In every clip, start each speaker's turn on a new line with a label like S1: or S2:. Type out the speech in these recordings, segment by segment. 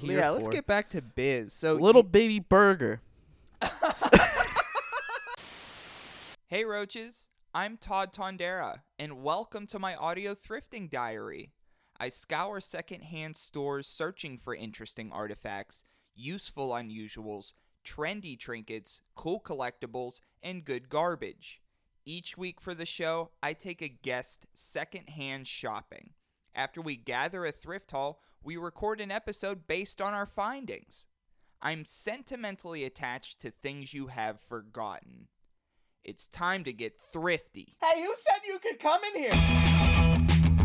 S1: here
S2: yeah,
S1: for.
S2: let's get back to biz. So
S1: Little baby burger.
S2: Hey Roaches, I'm Todd Tondera, and welcome to my audio thrifting diary. I scour secondhand stores searching for interesting artifacts, useful unusuals, trendy trinkets, cool collectibles, and good garbage. Each week for the show, I take a guest secondhand shopping. After we gather a thrift haul, we record an episode based on our findings. I'm sentimentally attached to things you have forgotten. It's time to get thrifty.
S3: Hey, who said you could come in here?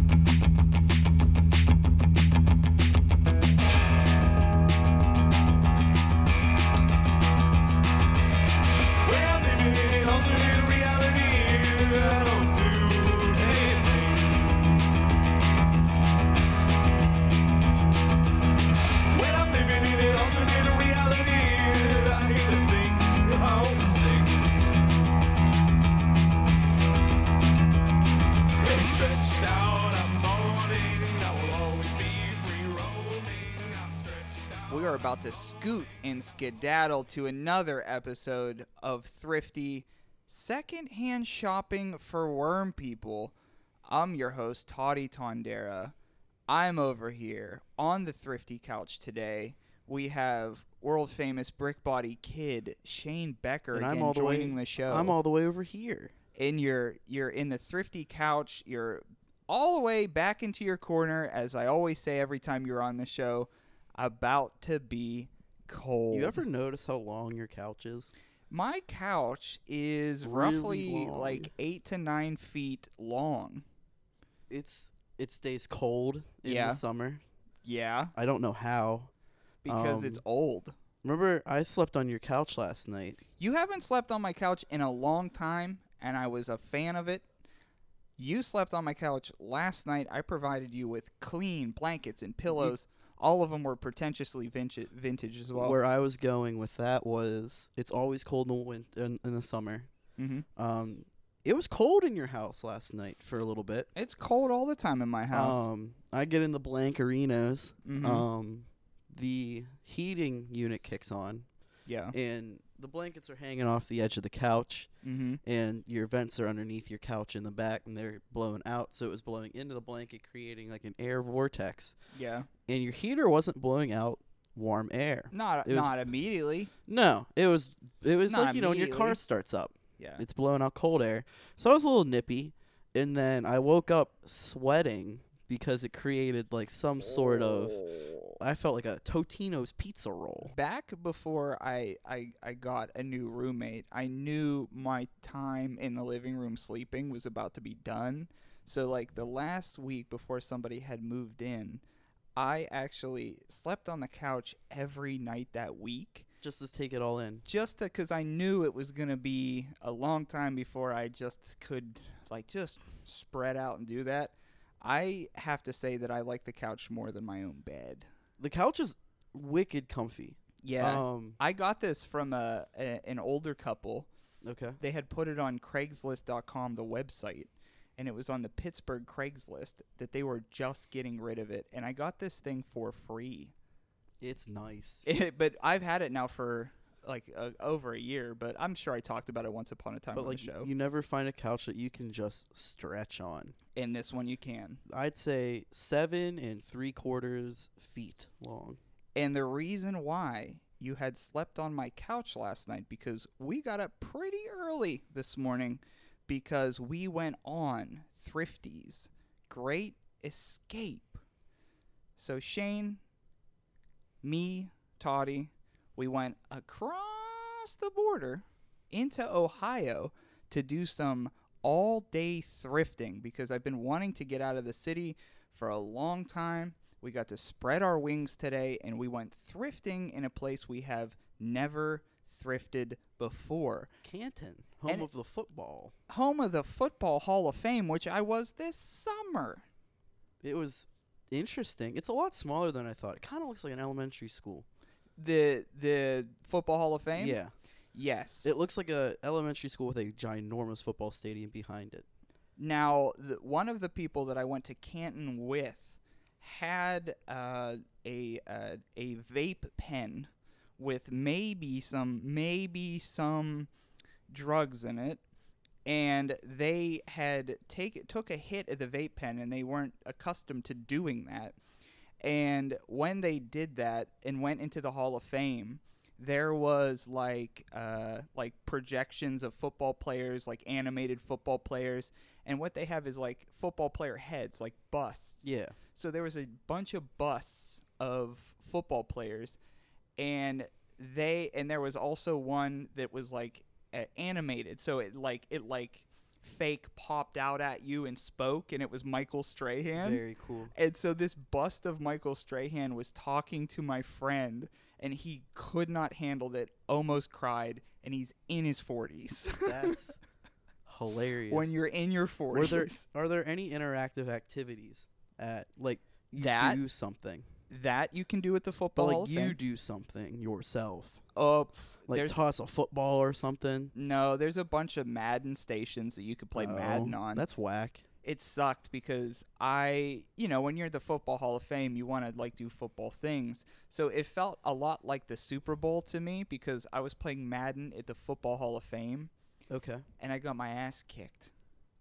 S4: We're living in alternate reality I don't do anything. When I'm living in an alternate reality, I hate to think I'm sick. It's stretched out, I'm moaning. I will always be free roaming. I'm stretched out.
S2: We are about to scoot and skedaddle to another episode of Thrifty Secondhand Shopping for Worm People. I'm your host, Toddy Tondera. I'm over here on the Thrifty Couch today. We have world famous brick body kid Shane Becker
S1: And
S2: again
S1: I'm all the way-
S2: joining the show.
S1: I'm all the way over here.
S2: in your you're in the thrifty couch you're all the way back into your corner as i always say every time you're on the show about to be cold
S1: You ever notice how long your couch is?
S2: my couch is
S1: Really
S2: roughly
S1: long.
S2: like eight to nine feet long
S1: It's it stays cold in
S2: Yeah.
S1: the summer.
S2: yeah
S1: I don't know how.
S2: because it's
S1: Um,
S2: old
S1: Remember, I slept on your couch last night.
S2: you haven't slept on my couch in a long time and i was a fan of it you slept on my couch last night i provided you with clean blankets and
S1: Mm-hmm.
S2: pillows all of them were pretentiously vintage, vintage as well.
S1: Where I was going with that was, it's always cold in the win- in, in the summer.
S2: Mm-hmm.
S1: Um, it was cold in your house last night for a little bit.
S2: It's cold all the time in my house.
S1: Um, I get in the blankerinos.
S2: Mhm.
S1: Um, the heating unit kicks on,
S2: yeah.
S1: and the blankets are hanging off the edge of the couch,
S2: Mm-hmm.
S1: and your vents are underneath your couch in the back, and they're blowing out. So it was blowing into the blanket, creating like an air vortex.
S2: Yeah.
S1: And your heater wasn't blowing out warm air.
S2: Not
S1: It was-
S2: not immediately.
S1: No, it was it was
S2: Not
S1: like you know when your
S2: immediately.
S1: car starts up,
S2: Yeah.
S1: it's blowing out cold air. So I was a little nippy, and then I woke up sweating because it created like some sort of. I felt like a Totino's pizza roll.
S2: Back before I, I I got a new roommate, I knew my time in the living room sleeping was about to be done. So like the last week before somebody had moved in, I actually slept on the couch every night that week.
S1: Just to take it all in.
S2: just because I knew it was gonna be a long time before I just could like just spread out and do that. I have to say that I like the couch more than my own bed.
S1: The couch is wicked comfy. Um.
S2: I got this from a, a an older couple.
S1: Okay.
S2: They had put it on Craigslist.com, the website, and it was on the Pittsburgh Craigslist that they were just getting rid of it. And I got this thing for free.
S1: It's nice.
S2: but I've had it now for like uh, over a year. But I'm sure I talked about it once upon a time
S1: but
S2: on
S1: like
S2: the show.
S1: you never find a couch that you can just stretch on.
S2: in this one you can.
S1: I'd say seven and three quarters feet long.
S2: And the reason why you had slept on my couch last night because we got up pretty early this morning because we went on Thrifty's Great Escape. So Shane, me, Toddy, we went across the border into Ohio to do some all day thrifting because I've been wanting to get out of the city for a long time. We got to spread our wings today and we went thrifting in a place we have never thrifted before.
S1: Canton, home
S2: And-
S1: of the football.
S2: Home of the Football Hall of Fame, which I was this summer.
S1: It was interesting. It's a lot smaller than I thought. It kind of looks like an elementary school.
S2: The the Football Hall of Fame?
S1: Yeah.
S2: Yes.
S1: It looks like a elementary school with a ginormous football stadium behind it.
S2: Now, the, one of the people that I went to Canton with had uh, a uh, a vape pen with maybe some maybe some drugs in it and they had take took a hit at the vape pen and they weren't accustomed to doing that and when they did that and went into the Hall of Fame there was like uh, like projections of football players like animated football players and what they have is like football player heads like busts
S1: Yeah.
S2: so there was a bunch of busts of football players, and they and there was also one that was like uh, animated. So it like it like fake popped out at you and spoke, and it was Michael Strahan.
S1: Very cool.
S2: And so this bust of Michael Strahan was talking to my friend, and he could not handle it. Almost cried, and he's in his forties.
S1: That's hilarious.
S2: when you're in your
S1: Were
S2: forties,
S1: there are there any interactive activities at like you
S2: That-
S1: do something,
S2: that you can do at the
S1: but
S2: football. Hall
S1: like
S2: of
S1: you
S2: Fame.
S1: do something yourself,
S2: Oh,
S1: like
S2: there's
S1: toss a football or something?
S2: No, there's a bunch of Madden stations that you could play
S1: Oh,
S2: Madden on.
S1: That's whack.
S2: it sucked because I, you know, when you're at the Football Hall of Fame, you want to like do football things. So it felt a lot like the Super Bowl to me because I was playing Madden at the Football Hall of Fame
S1: Okay.
S2: and I got my ass kicked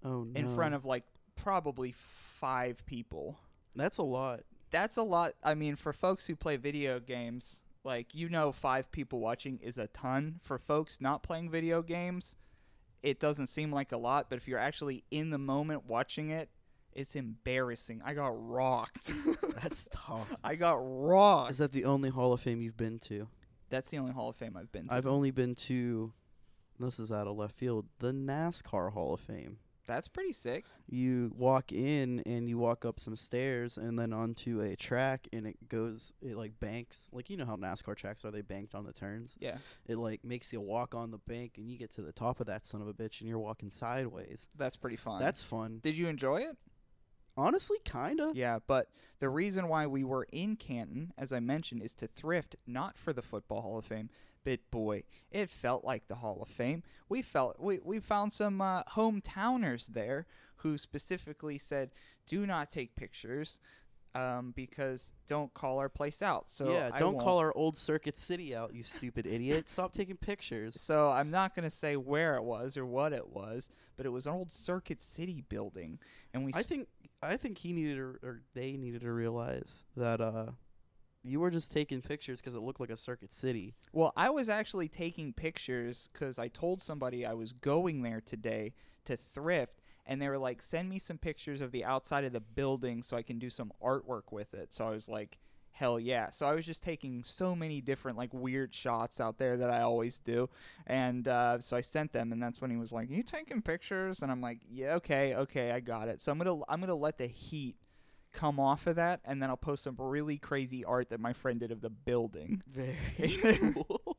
S1: Oh no.
S2: in front of like probably five people.
S1: that's a lot.
S2: That's a lot. I mean, for folks who play video games, like you know, five people watching is a ton. For folks not playing video games, it doesn't seem like a lot, but if you're actually in the moment watching it, it's embarrassing. I got rocked.
S1: That's tough.
S2: I got rocked.
S1: Is that the only Hall of Fame you've been to?
S2: That's the only Hall of Fame I've been to.
S1: I've only been to. This is out of left field. The NASCAR Hall of Fame.
S2: That's pretty sick.
S1: you walk in and you walk up some stairs and then onto a track and it goes it like banks like you know how NASCAR tracks are they banked on the turns
S2: Yeah.
S1: it like makes you walk on the bank and you get to the top of that son of a bitch and you're walking sideways
S2: That's pretty fun.
S1: that's fun
S2: Did you enjoy it?
S1: honestly kind of
S2: Yeah, but the reason why we were in Canton, as I mentioned, is to thrift not for the Football Hall of Fame, but boy, it felt like the Hall of Fame. We felt we, we found some uh, hometowners there who specifically said, "Do not take pictures." Um, because don't call our place out. So
S1: yeah
S2: I
S1: don't
S2: won't.
S1: call our old circuit city out you stupid idiot stop taking pictures
S2: So I'm not gonna say where it was or what it was, but it was an old Circuit City building, and we
S1: I
S2: s-
S1: think I think he needed to, or they needed to realize that uh you were just taking pictures because it looked like a circuit city
S2: Well, I was actually taking pictures because I told somebody I was going there today to thrift, and they were like, send me some pictures of the outside of the building so I can do some artwork with it. So I was like, hell yeah. So I was just taking so many different, like, weird shots out there that I always do. And uh, so I sent them, and that's when he was like, you taking pictures? And I'm like, yeah, okay, okay, I got it. So I'm going to I'm going to let the heat come off of that and then I'll post some really crazy art that my friend did of the building.
S1: very cool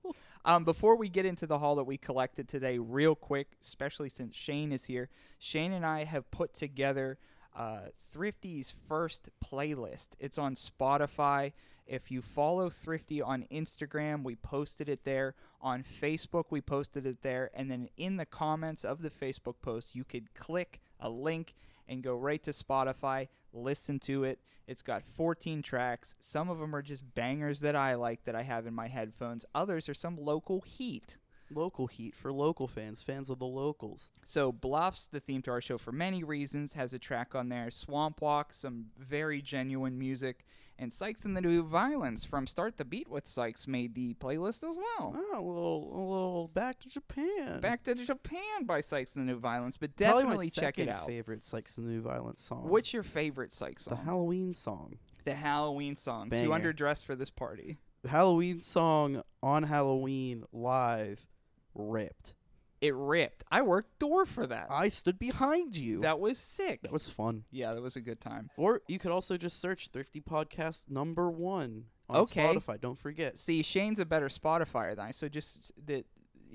S2: Um, before we get into the haul that we collected today, real quick, especially since Shane is here, Shane and I have put together uh, Thrifty's first playlist. It's on Spotify. If you follow Thrifty on Instagram, we posted it there. On Facebook, we posted it there. And then in the comments of the Facebook post, you could click a link and go right to Spotify, listen to it. It's got 14 tracks. Some of them are just bangers that I like that I have in my headphones. Others are some local heat.
S1: local heat for local fans, fans of the locals.
S2: So Bluffs, the theme to our show for many reasons, has a track on there. Swamp Walk, some very genuine music, and Sykes and the New Violence from Start the Beat with Sykes made the playlist as well.
S1: Oh, a little, a little back to Japan.
S2: Back to Japan by Sykes and the New Violence, but
S1: Probably
S2: definitely
S1: my
S2: check it
S1: second
S2: out.
S1: Favorite Sykes and the New Violence song.
S2: What's your favorite Sykes
S1: the
S2: song?
S1: Halloween song?
S2: the Halloween song. Too
S1: Banger.
S2: underdressed for this party.
S1: The Halloween song on Halloween live, ripped.
S2: It ripped. I worked door for that.
S1: I stood behind you.
S2: That was sick.
S1: That was fun.
S2: yeah, that was a good time.
S1: Or you could also just search Thrifty Podcast Number One on
S2: Okay.
S1: Spotify. Don't forget.
S2: See, Shane's a better Spotifyer than I, so just that.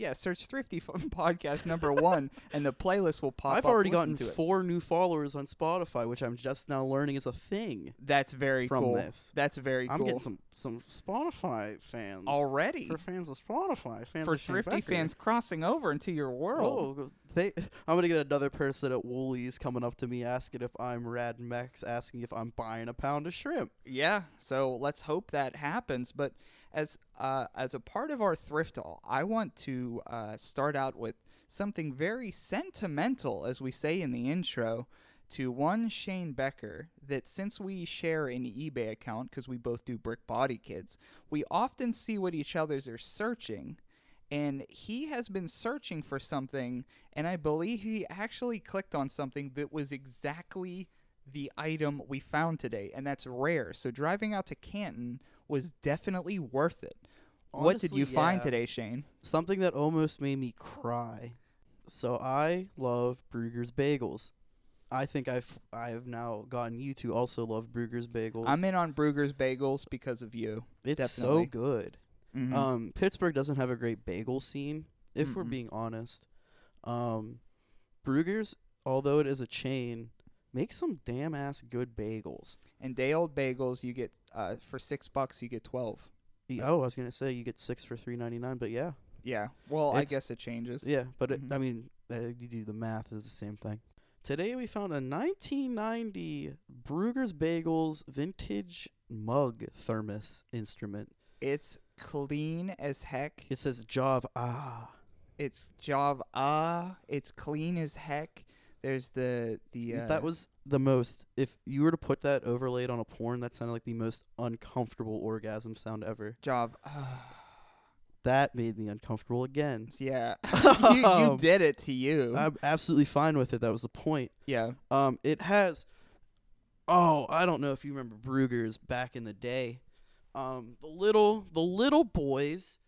S2: Yeah, search Thrifty Fun Podcast number one, and the playlist will pop up.
S1: I've already
S2: Listen
S1: gotten
S2: to it.
S1: four new followers on Spotify, which I'm just now learning is a thing.
S2: That's very
S1: from
S2: cool.
S1: this.
S2: That's very
S1: I'm
S2: cool.
S1: getting some some Spotify fans.
S2: already
S1: For fans of Spotify, fans
S2: for
S1: of Shane
S2: thrifty
S1: Becker.
S2: fans crossing over into your world.
S1: Oh, they, I'm gonna get another person at Woolies coming up to me asking if I'm Rad Mex, asking if I'm buying a pound of shrimp.
S2: Yeah, so let's hope that happens. But as uh, as a part of our thrift haul, I want to uh, start out with something very sentimental, as we say in the intro, to one Shane Becker. That since we share an eBay account because we both do Brick Body Kids, we often see what each other's are searching. And he has been searching for something, and I believe he actually clicked on something that was exactly the item we found today, and that's rare. So driving out to Canton was definitely worth it. what did
S1: Honestly,
S2: you find
S1: yeah.
S2: today, Shane?
S1: Something that almost made me cry. So I love Brugger's Bagels. I think I've I have now gotten you to also love Brugger's Bagels.
S2: I'm in on Brugger's Bagels because of you.
S1: it's
S2: definitely.
S1: so good.
S2: Mhm.
S1: Um, Pittsburgh doesn't have a great bagel scene, if we're
S2: Mm-mm.
S1: being honest. Um, Brugger's, although it is a chain, makes some damn ass good bagels.
S2: and day old bagels, you get uh, for six bucks, you get twelve.
S1: Y- Oh, I was gonna say you get six for three ninety nine, but yeah,
S2: Yeah. Well, I
S1: It's-
S2: guess it changes.
S1: yeah, but it,
S2: Mhm.
S1: I mean, uh, you do the math is the same thing. Today we found a 1990 Brugger's Bagels vintage mug thermos instrument.
S2: It's clean as heck.
S1: It says Jav Ah.
S2: It's Java. It's clean as heck. There's the the uh,
S1: That was the most. If you were to put that overlaid on a porn, that sounded like the most uncomfortable orgasm sound ever.
S2: Java.
S1: That made me uncomfortable again. Oh.
S2: yeah, you, you did it to you.
S1: I'm absolutely fine with it. That was the point.
S2: yeah.
S1: Um, it has. Oh, I don't know if you remember Brugger's back in the day. Um, the little the little boys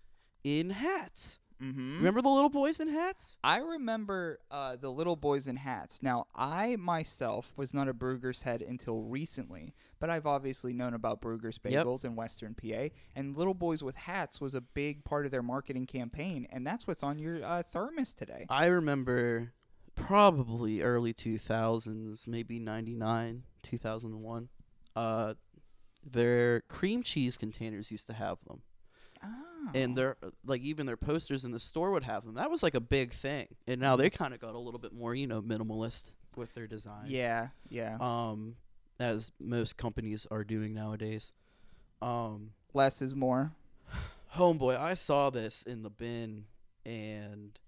S1: in hats.
S2: Mm-hmm.
S1: Remember the little boys in hats?
S2: I remember uh, the little boys in hats. Now, I myself was not a Brugger's head until recently, but I've obviously known about Brugger's
S1: Yep.
S2: bagels in Western PA, and little boys with hats was a big part of their marketing campaign, and that's what's on your uh, thermos today.
S1: I remember probably early 2000s, maybe 99, 2001. Uh, their cream cheese containers used to have them. Uh,
S2: Oh,
S1: And their like even their posters in the store would have them. That was like a big thing. And now they kind of got a little bit more, you know, minimalist with their design.
S2: yeah, yeah,
S1: Um as most companies are doing nowadays. Um
S2: less is more.
S1: homeboy, I saw this in the bin and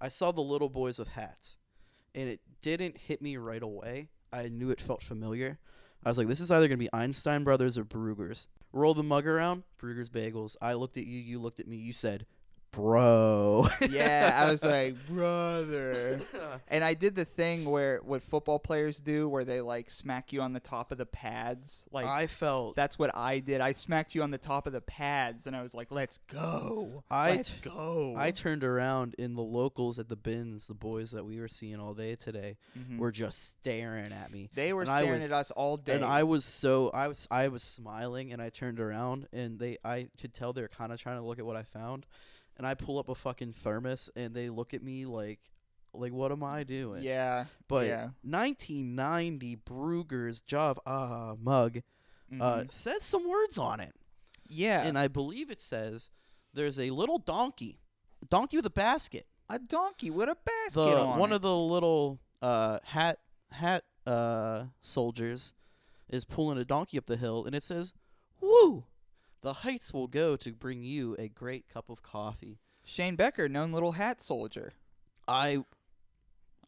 S1: I saw the little boys with hats and it didn't hit me right away. I knew it felt familiar. I was like, this is either going to be Einstein Brothers or Brugger's. Roll the mug around, Brugger's Bagels. I looked at you, you looked at me, you said, bro.
S2: Yeah, I was like, brother. And I did the thing where what football players do, where they like smack you on the top of the pads, like
S1: I felt
S2: That's what I did. I smacked you on the top of the pads, and I was like, "Let's go,
S1: I
S2: let's
S1: t-
S2: go." Mhm.
S1: I turned around and the locals at the bins, the boys that we were seeing all day today,
S2: Mm-hmm.
S1: were just staring at me.
S2: they were
S1: Mm-hmm. and I
S2: staring
S1: was-
S2: at us all day.
S1: And I was so I was I was smiling and I turned around and they I could tell they were kind of trying to look at what I found, and I pull up a fucking thermos and they look at me like, like what am I doing? Uh,
S2: yeah,
S1: But
S2: yeah.
S1: 1990 Brugger's Java uh, mug uh,
S2: mhm.
S1: says some words on it,
S2: yeah,
S1: and I believe it says there's a little donkey, donkey with a basket.
S2: a donkey with a basket
S1: The
S2: on
S1: one
S2: it.
S1: of the little uh, hat hat uh, soldiers is pulling a donkey up the hill, and it says, "Woo." The heights will go to bring you a great cup of coffee.
S2: Shane Becker, known little hat soldier.
S1: I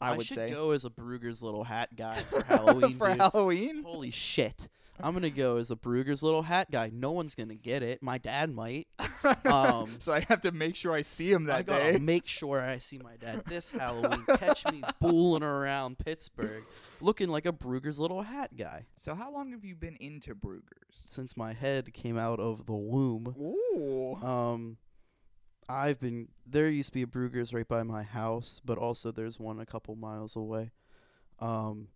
S2: I, would
S1: should
S2: say
S1: go as a Brugger's little hat guy for Halloween.
S2: for
S1: dude.
S2: Halloween.
S1: Holy shit. I'm gonna go as a Brugger's little hat guy. No one's gonna get it. My dad might. Um,
S2: so I have to make sure I see him
S1: I
S2: that
S1: gotta
S2: day.
S1: make sure I see my dad this Halloween. Catch me fooling around Pittsburgh, looking like a Brugger's little hat guy.
S2: So how long have you been into Brugger's?
S1: Since my head came out of the womb,
S2: Ooh,
S1: um, I've been there. Used to be a Brugger's right by my house, but also there's one a couple miles away. Um,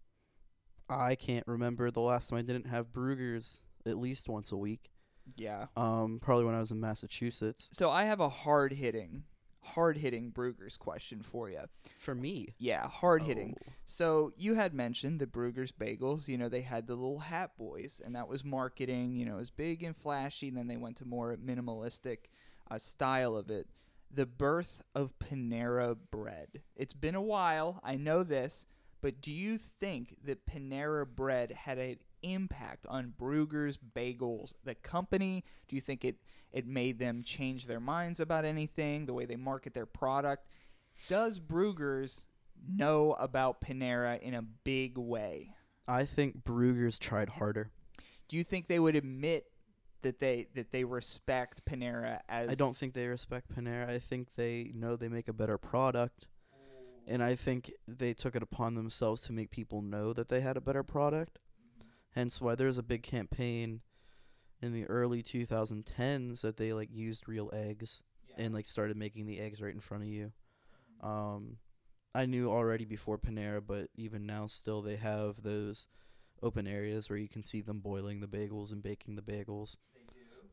S1: I can't remember the last time I didn't have Brugger's at least once a week.
S2: yeah.
S1: Um, probably when I was in Massachusetts.
S2: So I have a hard hitting hard hitting Brugger's question for you.
S1: For me.
S2: Yeah, hard hitting. So you had mentioned the Brugger's Bagels. You know, they had the little hat boys, and that was marketing. You know, it was big and flashy. And then they went to more minimalistic uh, style of it. The birth of Panera Bread. It's been a while. I know this, but do you think that Panera Bread had an impact on Brugger's Bagels, the company? Do you think it it made them change their minds about anything, the way they market their product? Does Brugger's know about Panera in a big way?
S1: I think Brugger's tried harder.
S2: Do you think they would admit that they that they respect Panera as
S1: I don't think they respect Panera. I think they know they make a better product. And I think they took it upon themselves to make people know that they had a better product. Hence why there was a big campaign in the early 2010s that they like used real eggs and like started making the eggs right in front of you. Um I knew already before Panera, but even now still they have those open areas where you can see them boiling the bagels and baking the bagels.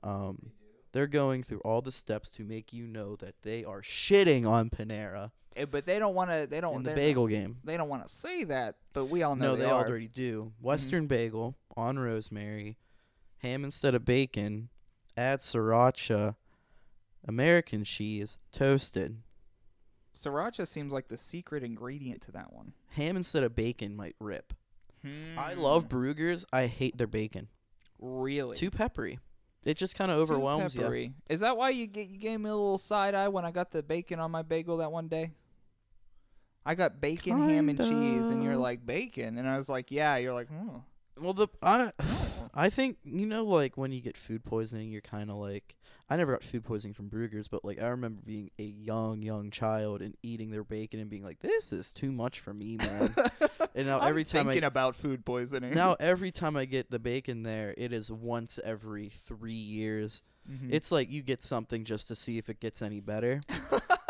S1: Um, they're going through all the steps to make you know that they are shitting on Panera
S2: Eh, but they don't want to Oh, they don't
S1: in the
S2: they're-
S1: bagel game.
S2: they don't want to say that, but we all know
S1: No,
S2: they,
S1: they,
S2: are. Mm-hmm.
S1: already do. Western bagel on rosemary, ham instead of bacon, add sriracha, American cheese, toasted.
S2: Sriracha seems like the secret ingredient to that one.
S1: Ham instead of bacon might rip. I
S2: Hmm.
S1: love Brugger's. I hate their bacon.
S2: really
S1: Too peppery. It just kind of
S2: Too
S1: overwhelms you.
S2: peppery. Is that why you get you gave me a little side eye when I got the bacon on my bagel that one day? I got bacon, ham, and cheese, and you're
S1: Kinda.
S2: like bacon, and I was like, yeah. You're like, oh,
S1: Well, the I,
S2: Oh.
S1: I think you know, like when you get food poisoning, you're kind of like I never got food poisoning from Brugger's, but like I remember being a young, young child and eating their bacon and being like, "This is too much for me, man." and now
S2: I'm
S1: every time I
S2: thinking about food poisoning.
S1: now every time I get the bacon there, it is once every three years.
S2: Mhm.
S1: It's like you get something just to see if it gets any better.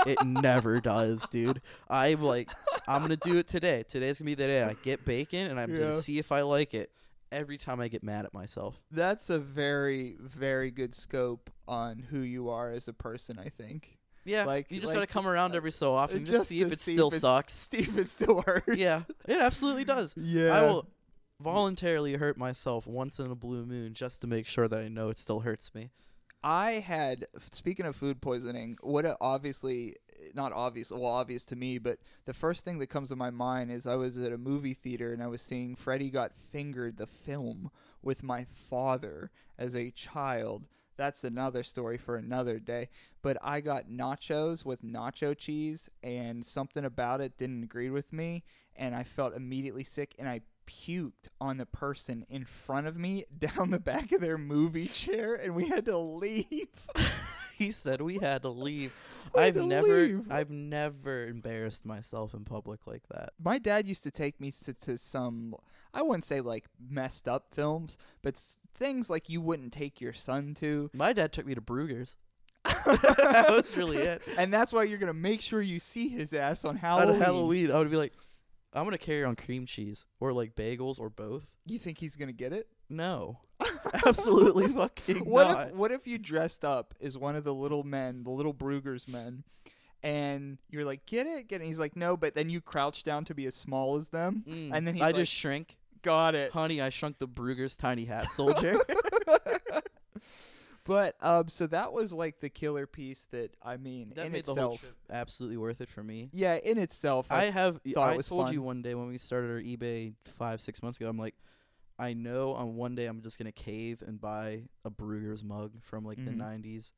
S1: it never does, dude. I'm like, I'm gonna do it today. Today's gonna be the day I get bacon, and I'm
S2: Yeah.
S1: gonna see if I like it. Every time I get mad at myself,
S2: that's a very, very good scope on who you are as a person. I think.
S1: yeah,
S2: Like-
S1: like you just
S2: like
S1: gotta come around
S2: uh,
S1: every so often just, see
S2: to
S1: if it still
S2: it's-
S1: sucks.
S2: see if it still hurts.
S1: Yeah, it absolutely does.
S2: Yeah.
S1: I will voluntarily hurt myself once in a blue moon just to make sure that I know it still hurts me.
S2: I had speaking of food poisoning, what a, obviously not obvious, well obvious to me, but the first thing that comes to my mind is I was at a movie theater and I was seeing Freddy Got Fingered the film with my father as a child. That's another story for another day. But I got nachos with nacho cheese and something about it didn't agree with me and I felt immediately sick and I puked on the person in front of me down the back of their movie chair and we had to leave.
S1: he said we had to leave.
S2: We had
S1: I've
S2: to
S1: never
S2: leave.
S1: I've never embarrassed myself in public like that.
S2: My dad used to take me to, to some I wouldn't say like messed up films, but s- things like you wouldn't take your son to.
S1: My dad took me to Brugger's. that was really it.
S2: And that's why you're going to make sure you see his ass on Halloween.
S1: On Halloween, I would be like, I'm gonna carry on cream cheese or like bagels or both.
S2: You think he's going to get it?
S1: No, absolutely fucking
S2: what
S1: not.
S2: if what if you dressed up as one of the little men, the little Brugger's men, and you're like, get it, get it. He's like, no, but then you crouch down to be as small as them,
S1: Mm,
S2: and then he's
S1: I
S2: like,
S1: just shrink,
S2: got it.
S1: "Uh, honey. I shrunk the Brugger's tiny hat soldier.
S2: But um, so that was like the killer piece that I mean
S1: that
S2: in
S1: made
S2: itself.
S1: the whole trip absolutely worth it for me.
S2: Yeah, in itself.
S1: I
S2: I,
S1: have.
S2: thought it
S1: I
S2: was
S1: told you
S2: fun.
S1: one day when we started our eBay five six months ago. I'm like, I know on one day I'm just gonna cave and buy a Brugger's mug from like
S2: Mhm.
S1: the '90s.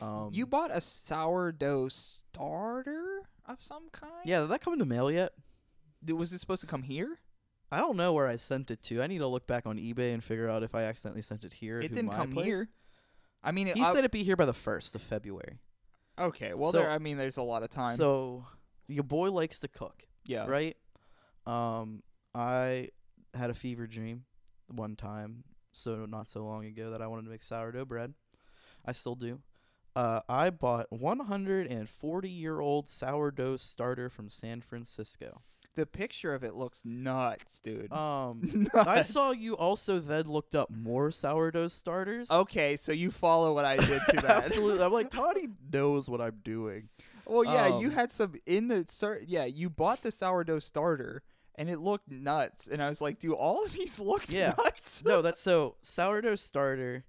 S1: Um,
S2: you bought a sourdough starter of some kind.
S1: yeah? Did that come in the mail yet?
S2: D- was it supposed to come here?
S1: I don't know where I sent it to. I need to look back on eBay and figure out if I accidentally sent it here.
S2: It
S1: to
S2: didn't
S1: my
S2: come
S1: place.
S2: here. I mean, it,
S1: He
S2: I-
S1: said it'd be here by the first of February.
S2: okay. Well,
S1: So-
S2: there. I mean, there's a lot of time.
S1: So your boy likes to cook,
S2: yeah,
S1: right? Um, I had a fever dream one time, so not so long ago, that I wanted to make sourdough bread. I still do. Uh, I bought 140 year old sourdough starter from San Francisco.
S2: The picture of it looks nuts, dude.
S1: Um,
S2: Nuts.
S1: I saw you also then looked up more sourdough starters.
S2: Okay, so you follow what I did to that.
S1: Absolutely. I'm like, Toddy knows what I'm doing.
S2: Well, yeah, you
S1: Um,
S2: had some in the sir. Yeah, you bought the sourdough starter, and it looked nuts. And I was like, "Do all of these look
S1: Yeah.
S2: nuts?"
S1: no, that's so sourdough starter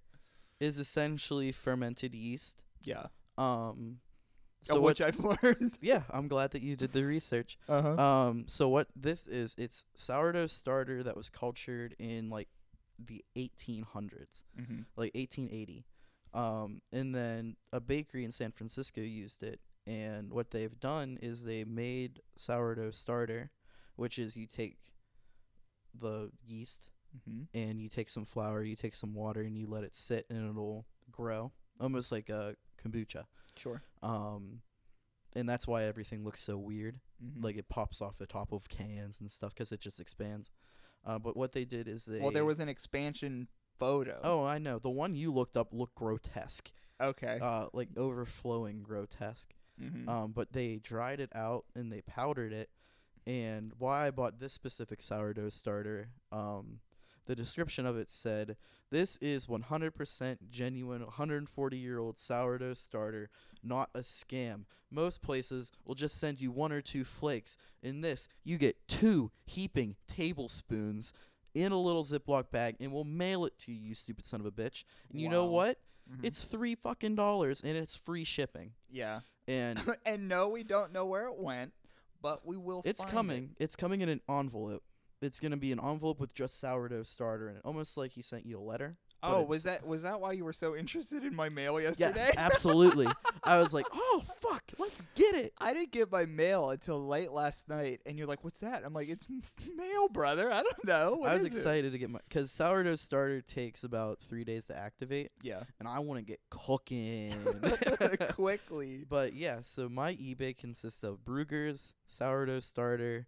S1: is essentially fermented yeast.
S2: yeah.
S1: Um,
S2: So
S1: so
S2: which
S1: what?
S2: I've learned.
S1: yeah, I'm glad that you did the research.
S2: Uh-huh.
S1: Um, so what this is? It's sourdough starter that was cultured in like the 1800s,
S2: hmm
S1: like 1880. Um, and then a bakery in San Francisco used it. And what they've done is they made sourdough starter, which is you take the yeast
S2: hmm
S1: and you take some flour, you take some water, and you let it sit, and it'll grow almost like a kombucha.
S2: Sure.
S1: Um, and that's why everything looks so weird.
S2: Mhm.
S1: Like it pops off the top of cans and stuff because it just expands. Uh, but what they did is they.
S2: well, there was an expansion photo.
S1: Oh, I know. The one you looked up looked grotesque,
S2: okay.
S1: uh, like overflowing grotesque.
S2: Mhm.
S1: Um, but they dried it out and they powdered it. And why I bought this specific sourdough starter, um, the description of it said, "This is 100% genuine, 140-year-old sourdough starter, not a scam. Most places will just send you one or two flakes. In this, you get two heaping tablespoons." In a little Ziploc bag, and we'll mail it to you, you stupid son of a bitch. And you know
S2: Wow.
S1: what?
S2: Mhm.
S1: It's three fucking dollars, and it's free shipping.
S2: yeah.
S1: And
S2: and no, we don't know where it went, but we will.
S1: It's
S2: find it.
S1: coming. It's coming in an envelope. It's gonna be an envelope with just sourdough starter in it, almost like he sent you a letter. but
S2: Oh,
S1: it's-
S2: was that was that why you were so interested in my mail yesterday?
S1: Yes, absolutely. I was like, oh fuck, let's get it.
S2: I didn't get my mail until late last night, and you're like, "What's that?" I'm like, "It's m- mail, brother. I don't know." What
S1: I was
S2: is it?"
S1: excited to get my because sourdough starter takes about three days to activate,
S2: Yeah,
S1: and I want to get cooking.
S2: quickly.
S1: but yeah, so my eBay consists of Brugger's sourdough starter,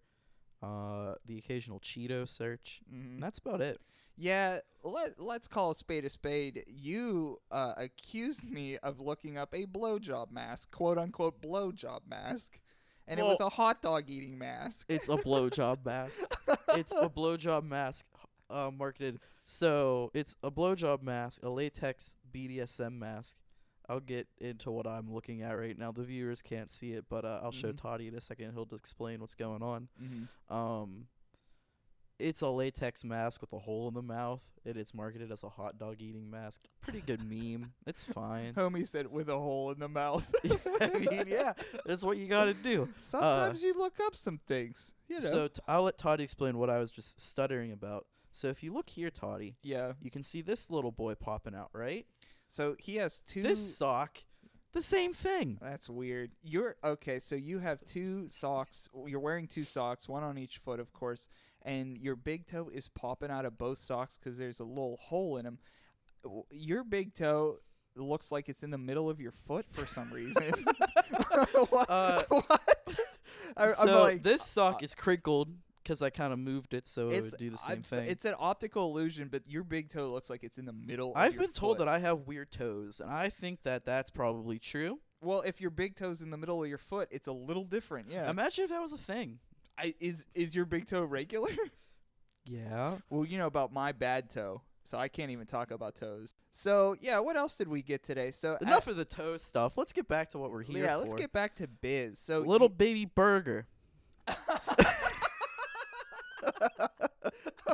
S1: uh, the occasional Cheeto search. And
S2: Mhm.
S1: that's about it.
S2: Yeah, let let's call a spade a spade. You uh, accused me of looking up a blowjob mask, quote unquote blowjob mask, and it was
S1: Well-
S2: a hot dog eating mask.
S1: It's a blowjob mask. It's a blowjob mask uh, marketed. So it's a blowjob mask, a latex BDSM mask. I'll get into what I'm looking at right now. The viewers can't see it, but uh, I'll show
S2: Mhm.
S1: Toddy in a second. He'll explain what's going on.
S2: mm-hmm.
S1: Um, it's a latex mask with a hole in the mouth, and it's marketed as a hot dog eating mask. Pretty good meme. It's fine.
S2: Homie said with a hole in the mouth.
S1: I mean, yeah, that's what you got to do.
S2: Sometimes you look up some things, you know.
S1: So t- I'll let Toddy explain what I was just stuttering about. So if you look here, Toddy,
S2: yeah.
S1: you can see this little boy popping out, right?
S2: So he has two.
S1: This sock, the same thing.
S2: That's weird. You're okay. So you have two socks. You're wearing two socks, one on each foot, of course, and your big toe is popping out of both socks because there's a little hole in them. Your big toe looks like it's in the middle of your foot for some reason. what?
S1: Uh,
S2: what? I,
S1: so
S2: I'm like, uh,
S1: this sock is crinkled because I kind of moved it so it
S2: it's,
S1: would do the
S2: I'm
S1: same
S2: s-
S1: thing.
S2: It's an optical illusion, but your big toe looks like it's in the middle.
S1: I've been told that I have weird toes, and I think that that's probably true.
S2: well, if your big toe's in the middle of your foot, it's a little different. Yeah.
S1: Imagine if that was a thing.
S2: I, is is your big toe regular?
S1: Yeah.
S2: Well, you know about my bad toe, so I can't even talk about toes. So yeah, what else did we get today? So a-
S1: Enough of the toe stuff. Let's get back to what we're here
S2: yeah,
S1: for.
S2: let's get back to biz. So
S1: little baby burger.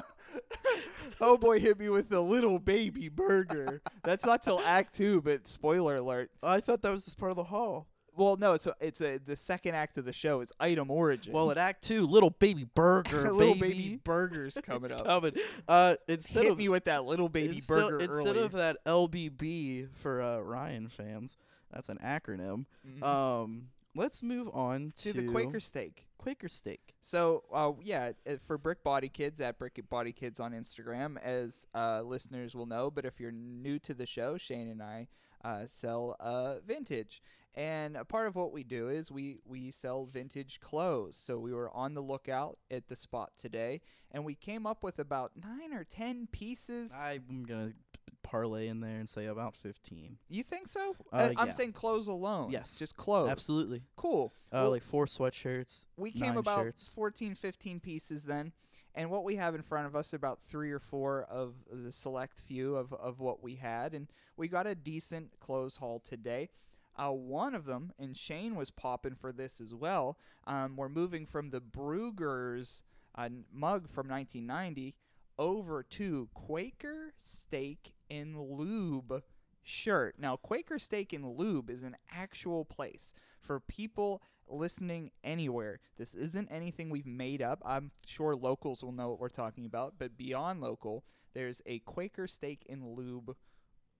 S2: oh boy hit me with the little baby burger. That's not till Act Two, but spoiler alert.
S1: I thought that was just part of the haul.
S2: Well, no, so it's a the second act of the show is item origin.
S1: Well, at Act Two, little baby burger,
S2: little
S1: baby.
S2: baby burgers coming
S1: it's
S2: up.
S1: coming. Uh, instead
S2: hit
S1: of
S2: me with that little baby
S1: instead,
S2: burger
S1: instead
S2: early.
S1: of uh, that LBB for uh, Ryan fans, that's an acronym. Um, let's move on
S2: Mm-hmm. to
S1: to,
S2: the Quaker steak.
S1: Quaker steak.
S2: So, uh, yeah, uh, for Brick Body Kids at Brick Body Kids on Instagram, as uh, listeners will know, but if you're new to the show, Shane and I uh, sell uh, vintage. And a part of what we do is we, we sell vintage clothes. So we were on the lookout at the spot today, and we came up with about nine or ten pieces.
S1: I'm gonna p- parlay in there and say about fifteen.
S2: You think so?
S1: Uh,
S2: I'm
S1: yeah.
S2: saying clothes alone.
S1: Yes.
S2: Just clothes.
S1: Absolutely.
S2: Cool.
S1: Uh,
S2: Well-
S1: like four sweatshirts.
S2: we came
S1: nine
S2: about
S1: shirts.
S2: fourteen, fifteen 14 15 pieces then and what we have in front of us are about three or four of the select few of, of what we had and we got a decent clothes haul today Uh, one of them, and Shane was popping for this as well. Um, we're moving from the Brugger's uh, n- mug from 1990 over to Quaker Steak and Lube shirt. Now, Quaker Steak and Lube is an actual place for people listening anywhere. This isn't anything we've made up. I'm sure locals will know what we're talking about, but beyond local, there's a Quaker Steak and Lube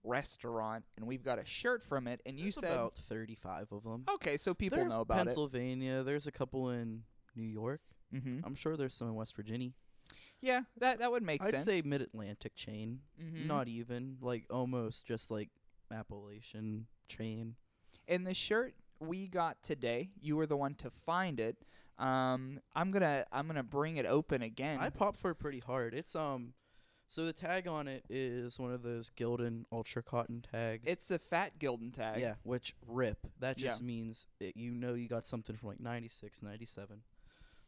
S2: restaurant, and we've got a shirt from it. And you
S1: There's
S2: said,
S1: about 35 of them.
S2: okay, so people
S1: Oh, They're
S2: know about
S1: Pennsylvania. There's a couple in New York.
S2: it. hmm
S1: I'm sure there's some in West Virginia.
S2: Yeah, that that would make
S1: I'd
S2: sense.
S1: say Mid Atlantic chain.
S2: Mhm.
S1: Not even like almost just like Appalachian chain.
S2: And the shirt we got today, you were the one to find it. Um, I'm gonna I'm gonna bring it open again.
S1: I popped for it pretty hard. It's um, so the tag on it is one of those Gildan Ultra Cotton tags.
S2: it's a fat Gildan tag.
S1: yeah, which rip. That
S2: Yeah.
S1: just means it, you know you got something from like 96, 97.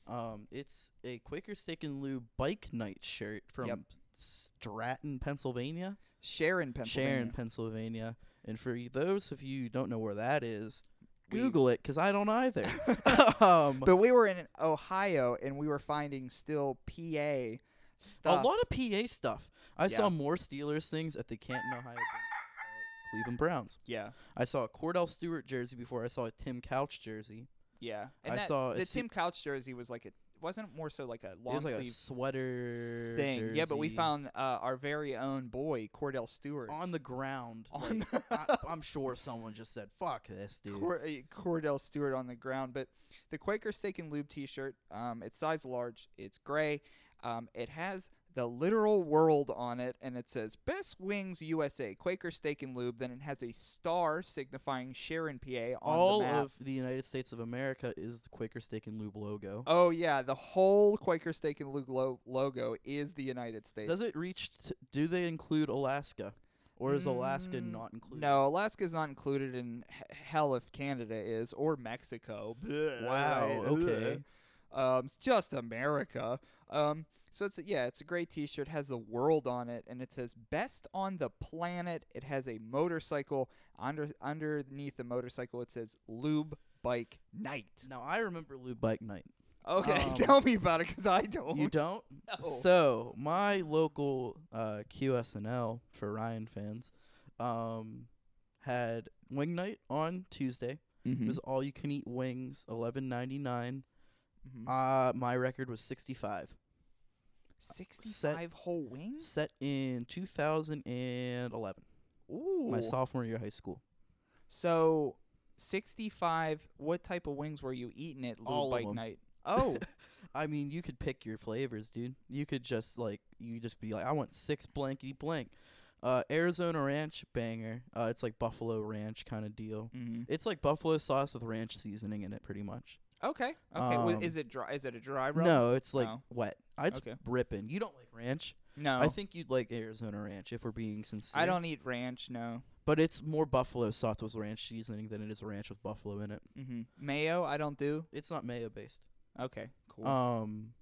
S1: Um, it's a Quaker Steak and Lube bike night shirt from
S2: Yep.
S1: Stratton, Pennsylvania.
S2: Sharon, Pennsylvania.
S1: Sharon, Pennsylvania. And for y- those of you who don't know where that is,
S2: We-
S1: Google it because I don't either. um,
S2: But we were in Ohio and we were finding still PA
S1: a
S2: stuff.
S1: lot of PA stuff. I
S2: Yeah.
S1: saw more Steelers things at the Canton, Ohio game, uh, Cleveland Browns.
S2: yeah,
S1: I saw a Cordell Stewart jersey before I saw a Tim Couch jersey.
S2: yeah. And
S1: I
S2: that-
S1: saw a
S2: the
S1: se-
S2: Tim Couch jersey was like a wasn't it more so like a
S1: It
S2: long
S1: was like a
S2: sleeve
S1: sweater
S2: thing. Yeah, but we
S1: jersey
S2: found uh, our very own boy Cordell Stewart
S1: on the ground.
S2: On
S1: like,
S2: the-
S1: I, am sure someone just said, "Fuck this, dude."
S2: Cor- uh, Cordell Stewart on the ground. But the Quaker Steak and Lube T-shirt, um, it's size large, it's gray, um, it has the literal world on it, and it says "Best Wings USA Quaker Steak and Lube." Then it has a star signifying Sharon, PA, on
S1: All
S2: the map.
S1: of the United States of America is the Quaker Steak and Lube logo.
S2: oh yeah, the whole Quaker Steak and Lube lo- logo is the United States.
S1: Does it reach? T- do they include Alaska, or is Alaska
S2: Mm,
S1: not included?
S2: No, Alaska's not included in h- hell if Canada is or Mexico. Bleh,
S1: Wow,
S2: right,
S1: okay.
S2: bleh. Um, it's just America. Um, so it's a, yeah, it's a great T-shirt. Has the world on it, and it says "Best on the Planet." It has a motorcycle under underneath the motorcycle. It says "Lube Bike Night."
S1: Now I remember Lube Bike Night.
S2: Okay,
S1: Um,
S2: tell me about it because I don't.
S1: You don't?
S2: No.
S1: So my local uh, QSNL for Ryan fans um, had wing night on Tuesday.
S2: Mm-hmm.
S1: It
S2: Hmm.
S1: was all you can eat wings, eleven ninety nine.
S2: Mhm.
S1: Uh my record was sixty five.
S2: Sixty-five whole wings.
S1: Set in two thousand and eleven.
S2: Ooh,
S1: My sophomore year of high school.
S2: So, 65, what type of wings were you eating at Little
S1: All of
S2: Bike
S1: them.
S2: Night? Oh,
S1: I mean, you could pick your flavors, dude. You could just like you just be like, I want six blankety blank. Uh, Arizona Ranch banger. Uh, it's like Buffalo Ranch kind of deal.
S2: mm-hmm.
S1: It's like buffalo sauce with ranch seasoning in it, pretty much.
S2: okay. Okay. Well,
S1: Um,
S2: is it dry? Is it a dry rub?
S1: No, it's like
S2: Oh.
S1: wet. Uh, It's
S2: Okay.
S1: ripping. You don't like ranch.
S2: No.
S1: I think you'd like Arizona Ranch if we're being sincere.
S2: I don't eat ranch. No.
S1: But it's more buffalo sauce with ranch seasoning than it is ranch with buffalo in it.
S2: hmm Mayo, I don't do.
S1: It's not mayo based.
S2: Okay. Cool.
S1: Um,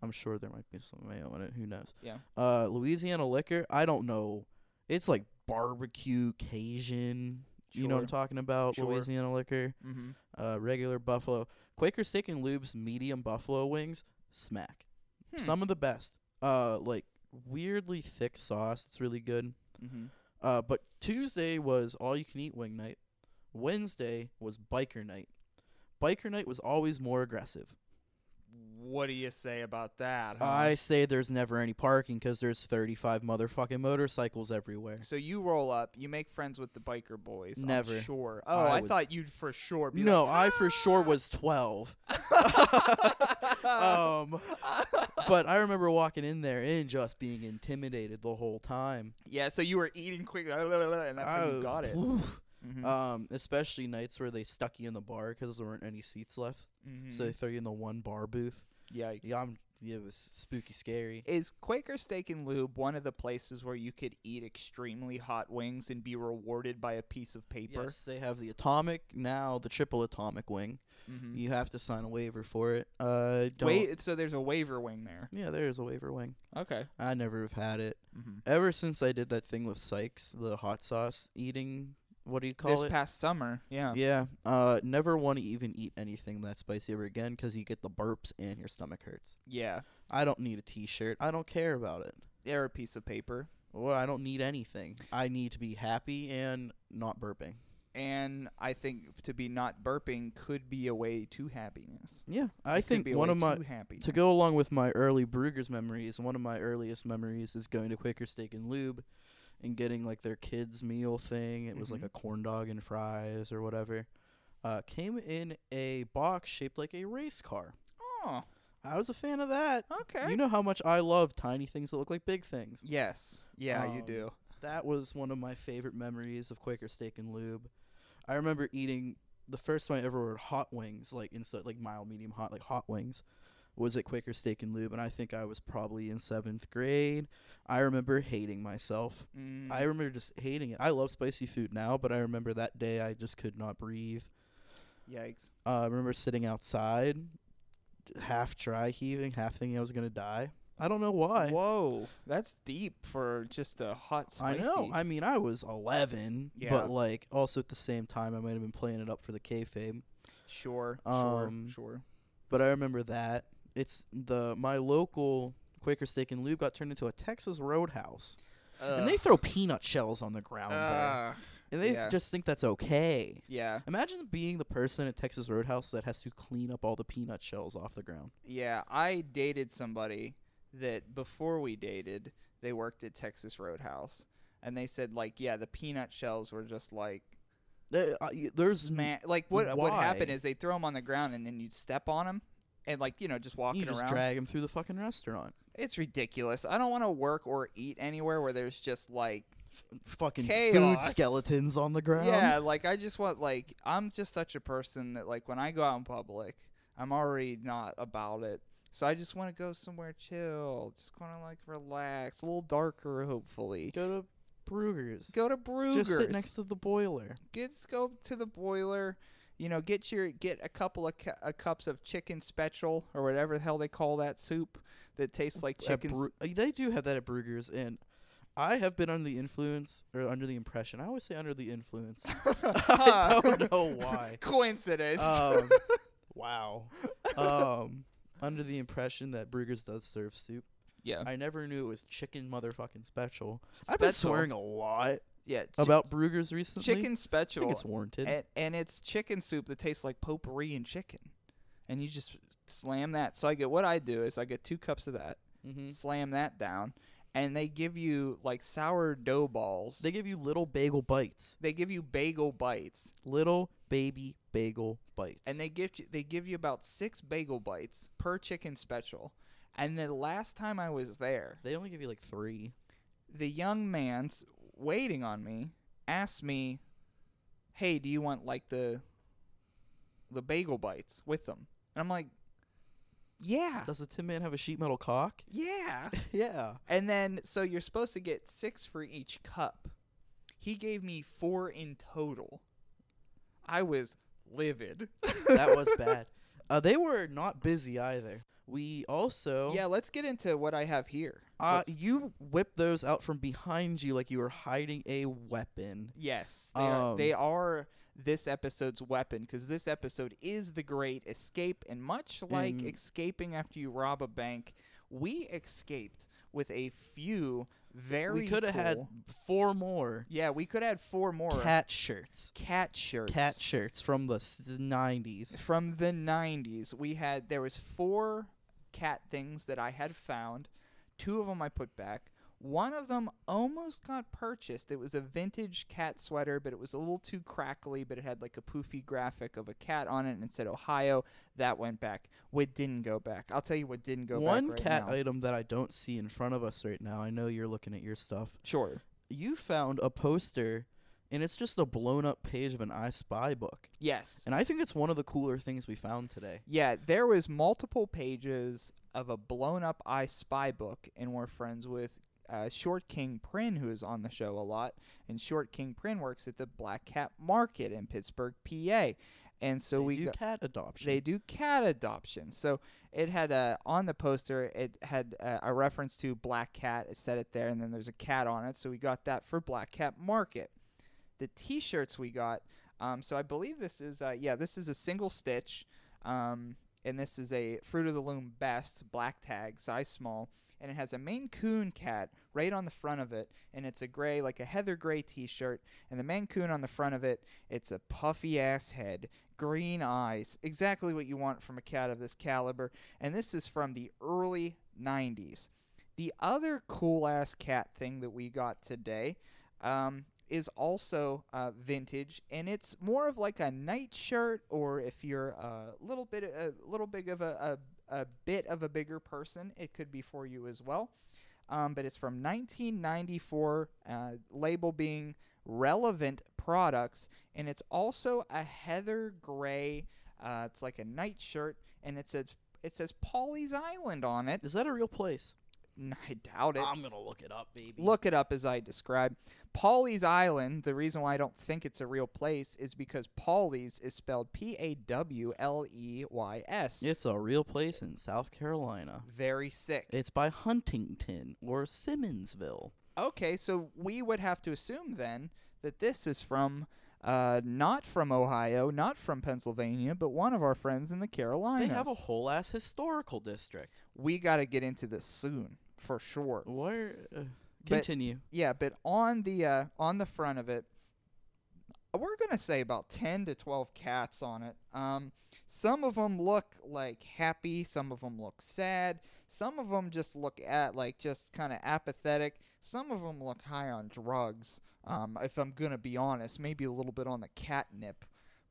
S1: I'm sure there might be some mayo in it. Who knows?
S2: Yeah.
S1: Uh, Louisiana liquor. I don't know. It's like barbecue Cajun. You know what I'm
S2: Sure.
S1: talking about?
S2: Sure.
S1: Louisiana liquor.
S2: hmm
S1: Uh, regular buffalo. Quaker Steak and Lube's medium buffalo wings smack.
S2: Hmm.
S1: Some of the best. Uh, like weirdly thick sauce. It's really good.
S2: hmm
S1: Uh, but Tuesday was all you can eat wing night. Wednesday was biker night. Biker night was always more aggressive.
S2: What do you say about that? huh?
S1: I say there's never any parking 'cause there's 35 motherfucking motorcycles everywhere.
S2: So you roll up, you make friends with the biker boys. I'm
S1: Never.
S2: sure. Oh, I,
S1: I was-
S2: thought you'd for sure. Be
S1: No,
S2: like,
S1: I for sure was 12.
S2: Uh,
S1: um, but I remember walking in there and just being intimidated the whole time.
S2: Yeah. So you were eating quick, and that's when
S1: Oh,
S2: you got it.
S1: oof.
S2: Mhm.
S1: Um, especially nights where they stuck you in the bar 'cause there weren't any seats left, so they
S2: Mhm.
S1: throw you in the one bar booth.
S2: Yikes.
S1: Yeah, I'm. Yeah, it was spooky, scary.
S2: Is Quaker Steak and Lube one of the places where you could eat extremely hot wings and be rewarded by a piece of paper?
S1: Yes, they have the atomic now, the triple atomic wing.
S2: Mhm.
S1: You have to sign a waiver for it. Uh, don't.
S2: Wait, so there's a waiver wing there.
S1: Yeah, there is a waiver wing.
S2: Okay.
S1: I never have had it.
S2: Mhm.
S1: Ever since I did that thing with Sykes, the hot sauce eating what do you call
S2: this
S1: it?
S2: past summer. Yeah.
S1: yeah. Uh, never want to even eat anything that spicy ever again because you get the burps and your stomach hurts.
S2: Yeah.
S1: I don't need a T-shirt. I don't care about it.
S2: Or a piece of paper.
S1: Well, I don't need anything. I need to be happy and not burping.
S2: And I think to be not burping could be a way to happiness.
S1: Yeah, I
S2: It could
S1: think
S2: be a
S1: one
S2: way
S1: of my
S2: to happiness.
S1: to go along with my early Brugger's memories, one of my earliest memories is going to Quaker Steak and Lube and getting like their kids meal thing. It was like
S2: Mhm.
S1: a corn dog and fries or whatever. Uh, came in a box shaped like a race car.
S2: Oh,
S1: I was a fan of that.
S2: okay.
S1: You know how much I love tiny things that look like big things.
S2: yes. Yeah, you
S1: Um,
S2: do.
S1: That was one of my favorite memories of Quaker Steak and Lube. I remember eating the first time I ever ordered hot wings, like instead like mild, medium, hot, like hot wings, was at Quaker Steak and Lube, and I think I was probably in seventh grade. I remember hating myself.
S2: Mm,
S1: I remember just hating it. I love spicy food now, but I remember that day I just could not breathe.
S2: Yikes.
S1: Uh, I remember sitting outside, half dry heaving, half thinking I was gonna die. I don't know why.
S2: Whoa, that's deep for just a hot
S1: I
S2: spicy.
S1: know. I mean, I was 11,
S2: Yeah.
S1: but like also at the same time, I might have been playing it up for the kayfabe.
S2: sure,
S1: Um,
S2: sure,
S1: But I remember that it's the my local Quaker Steak and Lube got turned into a Texas Roadhouse,
S2: sure. Ugh.
S1: and they throw peanut shells on the ground there,
S2: Ugh.
S1: and they
S2: yeah.
S1: just think that's okay.
S2: yeah,
S1: Imagine being the person at Texas Roadhouse that has to clean up all the peanut shells off the ground.
S2: yeah. I dated somebody that before we dated, they worked at Texas Roadhouse, and they said like, yeah, the peanut shells were just like
S1: There- uh, y- there's n-
S2: sma- like what what happened
S1: why?
S2: is they throw them on the ground and then you'd step on them and like you know just walking
S1: you just
S2: around.
S1: drag them through the fucking restaurant.
S2: It's ridiculous. I don't want to work or eat anywhere where there's just like
S1: Fucking food
S2: Chaos.
S1: skeletons on the ground.
S2: Yeah, like I just want like I'm just such a person that like when I go out in public, I'm already not about it. So I just want to go somewhere chill, just want to like relax, a little darker hopefully.
S1: Go to Brugger's.
S2: Go to Brugger's.
S1: Just sit next to the boiler.
S2: get just go to the boiler. You know, get your get a couple of cu- uh, cups of chicken special or whatever the hell they call that soup that tastes like
S1: at
S2: chicken.
S1: Bru- uh, they do have that at Brugger's, and I have been under the influence or under the impression. I always say under the influence. I don't know why.
S2: Coincidence.
S1: Um, wow. Um, under the impression that Brugger's does serve soup.
S2: yeah.
S1: I never knew it was chicken motherfucking special. I've been
S2: Special.
S1: swearing a lot
S2: yeah. chi-
S1: about Brugger's recently.
S2: chicken
S1: I
S2: special.
S1: think it's warranted.
S2: and, and it's chicken soup that tastes like potpourri and chicken. And you just slam that. So I get what I do is I get two cups of that,
S1: hmm
S2: slam that down, and they give you like sourdough balls.
S1: They give you little bagel bites,
S2: they give you bagel bites,
S1: little baby bagel bites,
S2: and they give you, they give you about six bagel bites per chicken special. And the last time I was there,
S1: they only give you like three.
S2: the young man's waiting on me asked me, "Hey, do you want like the the bagel bites with them?" And I'm like, "Yeah,
S1: Does the Tin Man have a sheet metal cock?
S2: yeah."
S1: yeah.
S2: and then so you're supposed to get six for each cup. He gave me four in total. I was livid.
S1: that was bad. Uh, they were not busy either. We also,
S2: yeah. Let's get into what I have here.
S1: uh,
S2: Let's-
S1: you whipped those out from behind you like you were hiding a weapon.
S2: Yes, they, are,
S1: Um,
S2: they are this episode's weapon because this episode is the great escape, and much like
S1: And-
S2: escaping after you rob a bank, we escaped with a few very.
S1: we could have had
S2: cool-
S1: four more
S2: Yeah, we could have had four more
S1: cat shirts,
S2: cat shirts.
S1: cat shirts from the nineties.
S2: from the 90s we had there was four cat things that i had found two of them i put back one of them almost got purchased it was a vintage cat sweater but it was a little too crackly but it had like a poofy graphic of a cat on it and it said ohio that went back what didn't go back i'll tell you what didn't go
S1: One
S2: back right
S1: cat
S2: now.
S1: item that I don't see in front of us right now. I know you're looking at your stuff.
S2: sure
S1: You found a poster, and it's just a blown up page of an I Spy book,
S2: yes
S1: and I think it's one of the cooler things we found today.
S2: Yeah, there was multiple pages of a blown up I Spy book, and we're friends with uh, Short King Prin, who is on the show a lot. And Short King Prin works at the Black Cat Market in Pittsburgh, PA. And so
S1: They
S2: we
S1: do
S2: got-
S1: cat adoption.
S2: they do cat adoption. So it had uh, on the poster. It had uh, a reference to black cat. It said it there, and then there's a cat on it. So we got that for black cat market. the T-shirts we got. Um, so I believe this is uh, yeah, this is a single stitch, um, and this is a Fruit of the Loom Best black tag, size small, and it has a Maine Coon cat right on the front of it, and it's a gray like a heather gray T-shirt, and the Maine Coon on the front of it, it's a puffy ass head, green eyes, exactly what you want from a cat of this caliber, and this is from the early '90s. The other cool ass cat thing that we got today um, is also uh, vintage, and it's more of like a nightshirt, or if you're a little bit a little big of a, a, a bit of a bigger person, it could be for you as well. Um, but it's from 1994, uh, label being relevant products, and it's also a heather gray. Uh, it's like a nightshirt, and it says it says Polly's Island on it.
S1: Is that a real place?
S2: I doubt it.
S1: I'm gonna look it up, baby.
S2: Look it up as I describe. Pawleys Island, the reason why I don't think it's a real place is because Pawleys is spelled P A W L E Y S.
S1: it's a real place in South Carolina.
S2: Very sick.
S1: It's by Huntington or Simmonsville.
S2: Okay, so we would have to assume then that this is from uh, not from Ohio, not from Pennsylvania, but one of our friends in the
S1: They
S2: Carolinas.
S1: have a whole ass historical district.
S2: we got to get into this soon for sure.
S1: Where? Uh, continue.
S2: Yeah, but on the uh, on the front of it, we're gonna say about ten to twelve cats on it. Um, some of them look like happy, some of them look sad, some of them just look at like just kind of apathetic. Some of them look high on drugs. Um, if I'm gonna be honest, maybe a little bit on the catnip.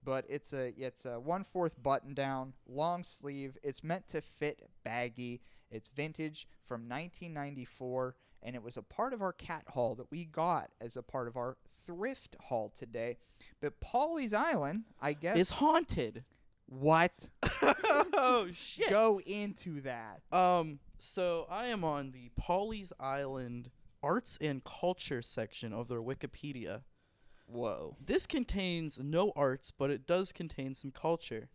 S2: But it's a it's a one fourth button down, long sleeve. It's meant to fit baggy. It's vintage from 1994, and it was a part of our cat haul that we got as a part of our thrift haul today. But Polly's Island, I guess.
S1: It's haunted.
S2: what?
S1: oh shit.
S2: Go into that.
S1: Um, so I am on the Polly's Island Arts and Culture section of their Wikipedia.
S2: Whoa.
S1: This contains no arts, but it does contain some culture.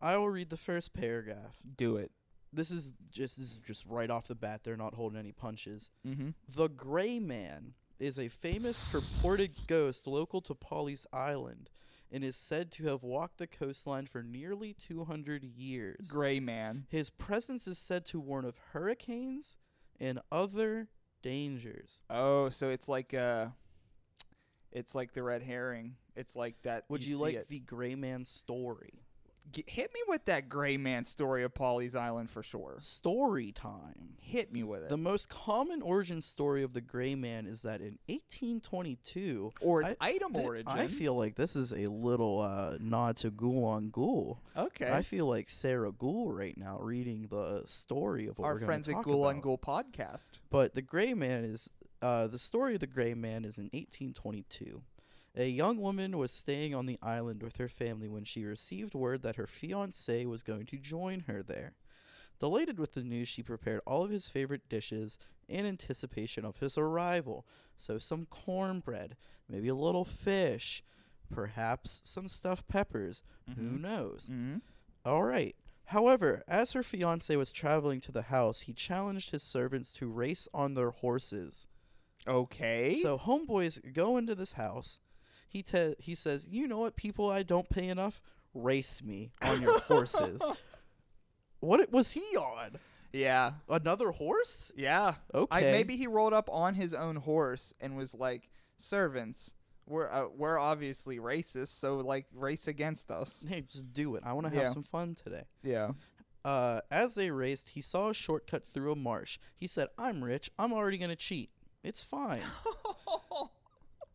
S1: I will read the first paragraph.
S2: Do it.
S1: This is just this is just right off the bat. They're not holding any punches.
S2: Mm-hmm.
S1: The Gray Man is a famous purported ghost local to Polly's Island and is said to have walked the coastline for nearly 200 years.
S2: Gray man.
S1: His presence is said to warn of hurricanes and other dangers.
S2: Oh, so it's like uh, it's like the red herring. It's like that.
S1: Would you,
S2: see
S1: like
S2: it.
S1: the Gray Man story?
S2: G- hit me with that gray man story of Polly's Island for sure.
S1: Story time.
S2: Hit me with it.
S1: The most common origin story of the Gray Man is that in 1822,
S2: or its
S1: I-
S2: item
S1: thi-
S2: origin.
S1: I feel like this is a little uh, nod to Ghoul Ghoul.
S2: okay.
S1: I feel like Sarah Ghoul right now reading the story of what
S2: our
S1: we're gonna
S2: friends at
S1: talk
S2: Ghoul on
S1: about.
S2: Ghoul podcast.
S1: But the Gray Man is uh, the story of the Gray Man is in 1822. A young woman was staying on the island with her family when she received word that her fiance was going to join her there. Delighted with the news, she prepared all of his favorite dishes in anticipation of his arrival. So, some cornbread, maybe a little fish, perhaps some stuffed peppers. Who knows?
S2: Mm-hmm.
S1: All right. However, as her fiance was traveling to the house, he challenged his servants to race on their horses.
S2: Okay.
S1: So homeboys go into this house. He te- he says, "You know what, people I don't pay enough, race me on your horses." What it- was he on?
S2: yeah,
S1: Another horse?
S2: yeah.
S1: Okay.
S2: I, maybe he rolled up on his own horse and was like, "Servants, we're uh, we're obviously racist, so like race against us."
S1: Hey, just do it. I want to
S2: Yeah.
S1: have some fun today.
S2: Yeah.
S1: Uh, as they raced, he saw a shortcut through a marsh. He said, "I'm rich. I'm already gonna cheat. It's fine."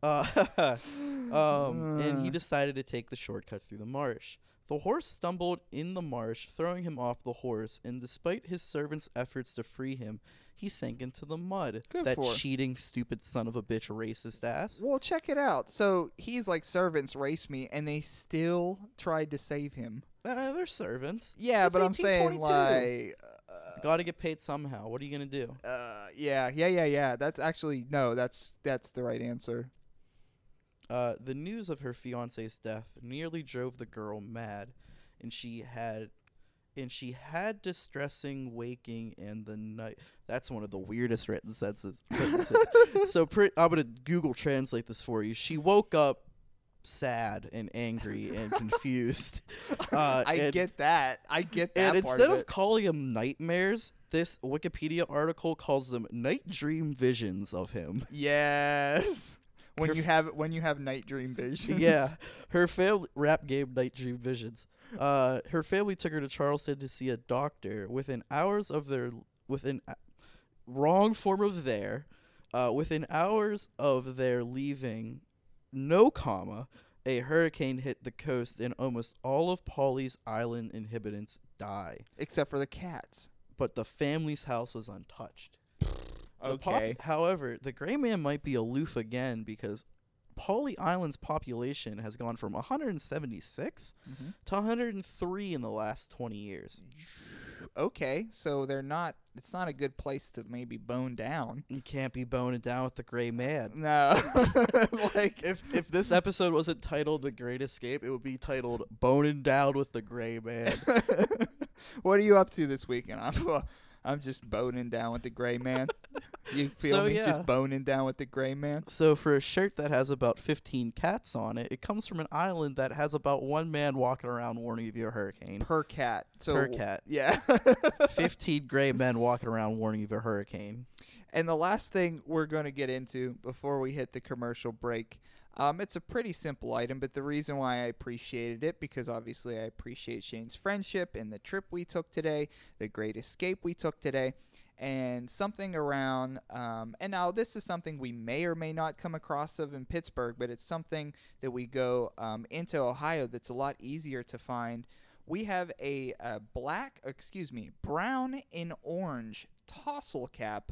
S1: Uh, um,
S2: Uh.
S1: and he decided to take the shortcut through the marsh. The horse stumbled in the marsh, throwing him off the horse, and despite his servants' efforts to free him, he sank into the mud.
S2: Good
S1: that
S2: for her.
S1: cheating, stupid son of a bitch, racist ass.
S2: Well, check it out. So he's like, "Servants, race me," and they still tried to save him.
S1: Uh, they're servants.
S2: Yeah,
S1: It's
S2: but I'm saying
S1: 1822.
S2: like,
S1: Gotta get paid somehow. What are you gonna do?
S2: uh, yeah, yeah, yeah, yeah. That's actually no. That's that's the right answer.
S1: Uh, the news of her fiance's death nearly drove the girl mad, and she had and she had distressing waking in the night. That's one of the weirdest written sentences. sentences. so pre- I'm gonna Google translate this for you. She woke up sad and angry and confused. Uh,
S2: I
S1: and-
S2: get that. I get that.
S1: and
S2: part
S1: instead
S2: of,
S1: of,
S2: it.
S1: calling him nightmares, this Wikipedia article calls them night dream visions of him.
S2: yes, when you
S1: Perf-
S2: have when you have night dream visions.
S1: yeah, her family rap game night dream visions. Uh, her family took her to Charleston to see a doctor. Within hours of their within uh, wrong form of their, uh, within hours of their leaving, no comma, a hurricane hit the coast and almost all of Polly's island inhabitants die.
S2: except for the cats.
S1: But the family's house was untouched. The pop-
S2: Okay.
S1: however, the gray man might be aloof again because Polly Island's population has gone from 176
S2: Mhm.
S1: to 103 in the last 20 years.
S2: okay, so they're not. It's not a good place to maybe bone down.
S1: You can't be boning down with the gray man.
S2: No, like
S1: If if this episode wasn't titled "The Great Escape," it would be titled "Boning Down with the Gray Man."
S2: what are you up to this weekend? I'm I'm just boning down with the gray man. You feel
S1: So,
S2: me?
S1: yeah.
S2: Just boning down with the gray man.
S1: so, for a shirt that has about 15 cats on it, it comes from an island that has about one man walking around warning of a hurricane.
S2: Per cat. So
S1: Per cat.
S2: Yeah.
S1: 15 gray men walking around warning of a hurricane.
S2: And the last thing we're going to get into before we hit the commercial break, um, it's a pretty simple item, but the reason why I appreciated it, because obviously I appreciate Shane's friendship and the trip we took today, the great escape we took today, and something around, um, and now this is something we may or may not come across of in Pittsburgh, but it's something that we go um, into Ohio that's a lot easier to find. We have a, uh black, excuse me, brown and orange tassel cap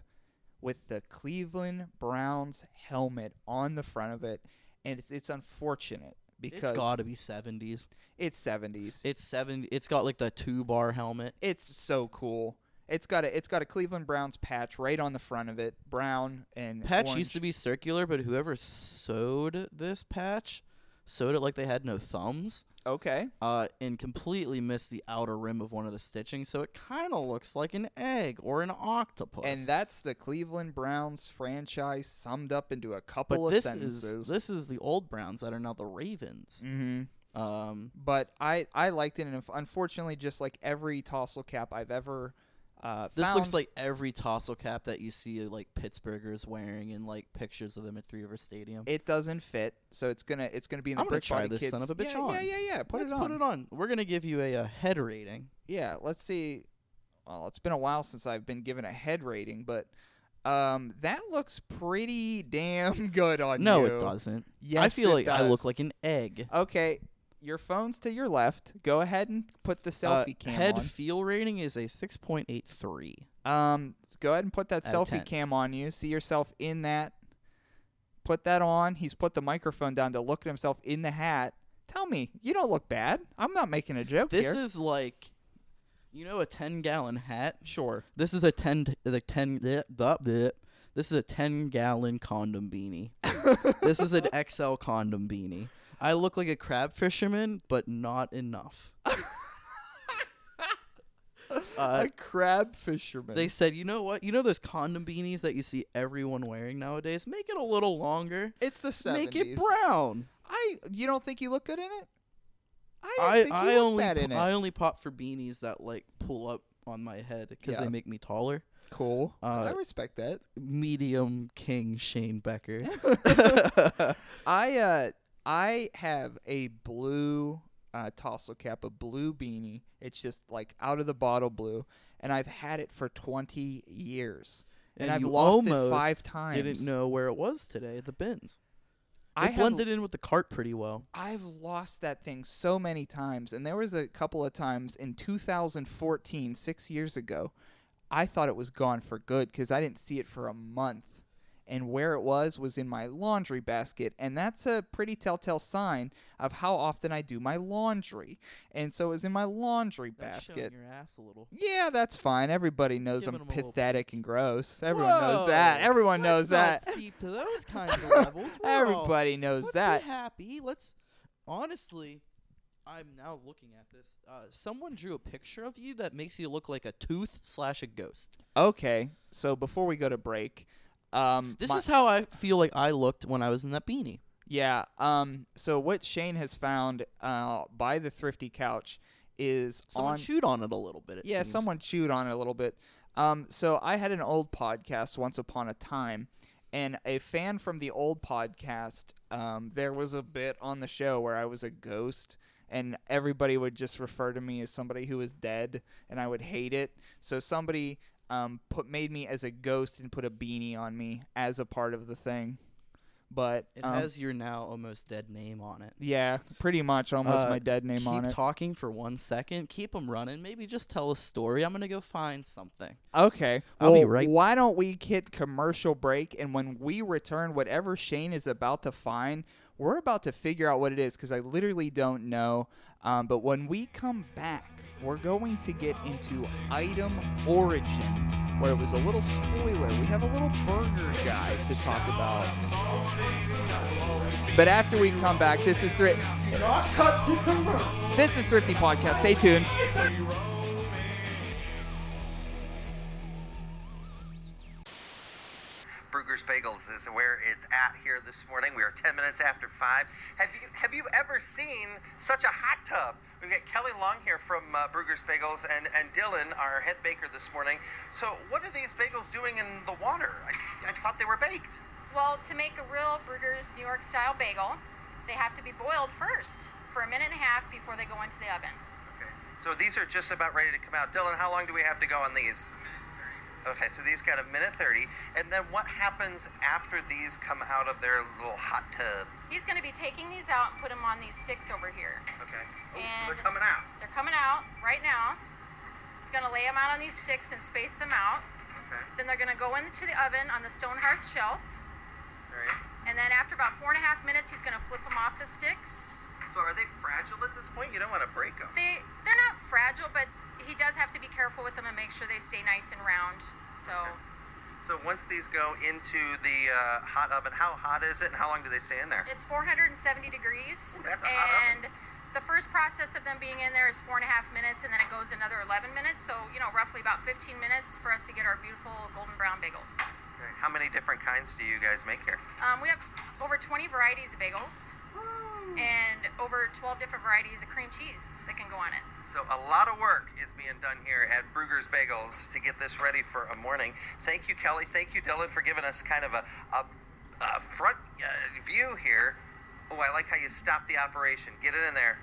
S2: with the Cleveland Browns helmet on the front of it, and it's it's unfortunate because
S1: it's got to be 70s.
S2: it's 70s.
S1: It's seven. It's got like the two bar helmet.
S2: it's so cool. It's got a it's got a Cleveland Browns patch right on the front of it, brown and
S1: Patch
S2: orange.
S1: used to be circular, but whoever sewed this patch sewed it like they had no thumbs,
S2: okay.
S1: uh, and completely missed the outer rim of one of the stitching, so it kind of looks like an egg or an octopus.
S2: And that's the Cleveland Browns franchise summed up into a couple
S1: but
S2: of
S1: this
S2: sentences.
S1: is this is the old Browns that are now the Ravens.
S2: hmm
S1: Um,
S2: But I I liked it, and unf- unfortunately, just like every tassel cap I've ever uh,
S1: this looks
S2: found-
S1: like every tassel cap that you see like Pittsburghers wearing in like pictures of them at Three River Stadium.
S2: it doesn't fit, so it's gonna it's gonna be in the
S1: I'm gonna
S2: brick
S1: try
S2: body
S1: this
S2: kids.
S1: son of a bitch
S2: yeah,
S1: on.
S2: Yeah, yeah, yeah. Put
S1: Let's
S2: it on.
S1: put it on. We're gonna give you a, uh head rating.
S2: Yeah, let's see. Well, it's been a while since I've been given a head rating, but um, that looks pretty damn good on
S1: No,
S2: you.
S1: it doesn't.
S2: Yes,
S1: I feel like
S2: it
S1: I look
S2: does.
S1: like an egg.
S2: Okay, your phone's to your left. Go ahead and put the
S1: Uh,
S2: selfie cam
S1: head
S2: on.
S1: feel rating is a 6.83
S2: Um, s- go ahead and put that
S1: Out of
S2: selfie
S1: 10.
S2: cam on you. See yourself in that. Put that on. He's put the microphone down to look at himself in the hat. Tell me, you don't look bad. I'm not making a joke
S1: this
S2: here.
S1: is like you know a 10 gallon hat
S2: sure.
S1: this is a 10 t- the 10 bleh, bleh, bleh. this is a 10 gallon condom beanie this is an xl condom beanie i look like a crab fisherman but not enough uh,
S2: a crab fisherman.
S1: they said you know what you know those condom beanies that you see everyone wearing nowadays make it a little longer
S2: it's the 70s.
S1: make it brown
S2: I you don't think you look good in it? I don't
S1: I
S2: think you
S1: I
S2: look
S1: only
S2: bad in
S1: po-
S2: it.
S1: I only pop for beanies that like pull up on my head because
S2: Yeah.
S1: they make me taller.
S2: cool.
S1: Uh,
S2: I respect that.
S1: Medium King Shane Becker.
S2: I uh I have a blue uh, tassel cap, a blue beanie. It's just like out of the bottle blue, and I've had it for twenty years, and, I've
S1: you
S2: lost it
S1: almost
S2: five times.
S1: Didn't know where it was today. The bins. It
S2: I have-
S1: blended in with the cart pretty well.
S2: I've lost that thing so many times. And there was a couple of times in 2014, six years ago, I thought it was gone for good because I didn't see it for a month. And where it was was in my laundry basket. And that's a pretty telltale sign of how often I do my laundry. And so it was in my laundry basket.
S1: your ass a little.
S2: Yeah, that's fine. Everybody knows
S1: giving
S2: I'm
S1: 'em a little
S2: pathetic and gross. Everyone knows that. Everyone knows that.
S1: to those kinds of levels.
S2: Everybody knows that.
S1: happy. Let's honestly. I'm now looking at this. Uh, someone drew a picture of you that makes you look like a tooth slash a ghost.
S2: Okay, so before we go to break, um,
S1: This
S2: my-
S1: is how I feel like I looked when I was in that beanie.
S2: yeah. Um, so what Shane has found uh, by the thrifty couch is
S1: Someone
S2: on
S1: chewed on it a little bit. It
S2: yeah,
S1: seems.
S2: someone chewed on it a little bit. Um, so I had an old podcast once upon a time, and a fan from the old podcast, um, there was a bit on the show where I was a ghost, and everybody would just refer to me as somebody who was dead, and I would hate it. So somebody um, put made me as a ghost and put a beanie on me as a part of the thing. But
S1: It
S2: um,
S1: has your now almost dead name on it.
S2: yeah, pretty much almost
S1: Uh,
S2: my dead name
S1: Keep
S2: on it.
S1: talking for one second. Keep them running. Maybe just tell a story. I'm gonna go find something.
S2: Okay.
S1: I'll
S2: well,
S1: be right-
S2: why don't we hit commercial break and when we return, whatever Shane is about to find, we're about to figure out what it is because I literally don't know. Um, but when we come back, we're going to get into item origin, where it was a little spoiler. We have a little burger guy to talk about. But after we come back, this is Thrift. This is Thrifty Podcast. Stay tuned.
S5: Brugger's Bagels is where it's at here this morning. We are 10 minutes after 5. Have you have you ever seen such a hot tub? We've got Kelly Long here from uh, Brugger's Bagels and, and Dylan, our head baker this morning. So, what are these bagels doing in the water? I, I thought they were baked.
S6: Well, to make a real Brugger's New York style bagel, they have to be boiled first for a minute and a half before they go into the oven.
S5: Okay. So, these are just about ready to come out. Dylan, how long do we have to go on these? Okay, so these got a minute 30. And then what happens after these come out of their little hot tub?
S6: He's going to be taking these out and put them on these sticks over here.
S5: Okay. Oh, so
S6: And-
S5: they're coming out.
S6: They're coming out right now. He's going to lay them out on these sticks and space them out.
S5: Okay.
S6: Then they're going to go into the oven on the stone hearth shelf.
S5: All right.
S6: And then after about four and a half minutes, he's going to flip them off the sticks.
S5: So are they fragile at this point? You don't want to break them.
S6: They they're not fragile, but he does have to be careful with them and make sure they stay nice and round. So.
S5: So once these go into the uh, hot oven, how hot is it and how long do they stay in there?
S6: It's 470 degrees.
S5: Ooh, that's a hot oven.
S6: and the first process of them being in there is four and a half minutes, and then it goes another 11 minutes. So, you know, roughly about 15 minutes for us to get our beautiful golden brown bagels.
S5: Okay. How many different kinds do you guys make here?
S6: Um, we have over 20 varieties of bagels and over 12 different varieties of cream cheese that can go on it.
S5: So a lot of work is being done here at Brugger's Bagels to get this ready for a morning. Thank you, Kelly. Thank you, Dylan, for giving us kind of a, a, a front uh, view here. Oh, I like how you stop the operation. Get it in there.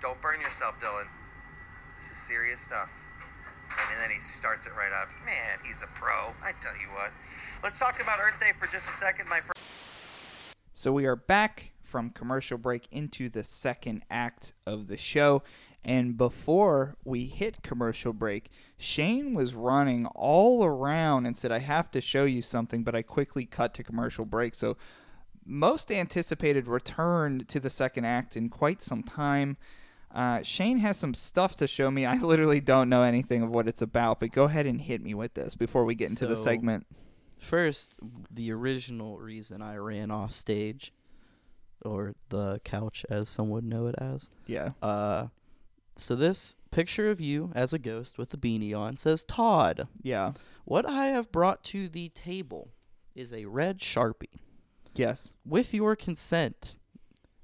S5: Don't burn yourself, Dylan. This is serious stuff. And then he starts it right up. Man, he's a pro. I tell you what. Let's talk about Earth Day for just a second, my friend.
S2: So we are back from commercial break into the second act of the show. And before we hit commercial break, Shane was running all around and said, I have to show you something, but I quickly cut to commercial break. So, most anticipated return to the second act in quite some time. Uh, Shane has some stuff to show me. I literally don't know anything of what it's about, but go ahead and hit me with this before we get into the
S1: So-
S2: segment.
S1: First, the original reason I ran off stage, or the couch as some would know it as.
S2: Yeah.
S1: Uh, so this picture of you as a ghost with the beanie on says Todd.
S2: Yeah.
S1: What I have brought to the table is a red sharpie.
S2: Yes.
S1: With your consent,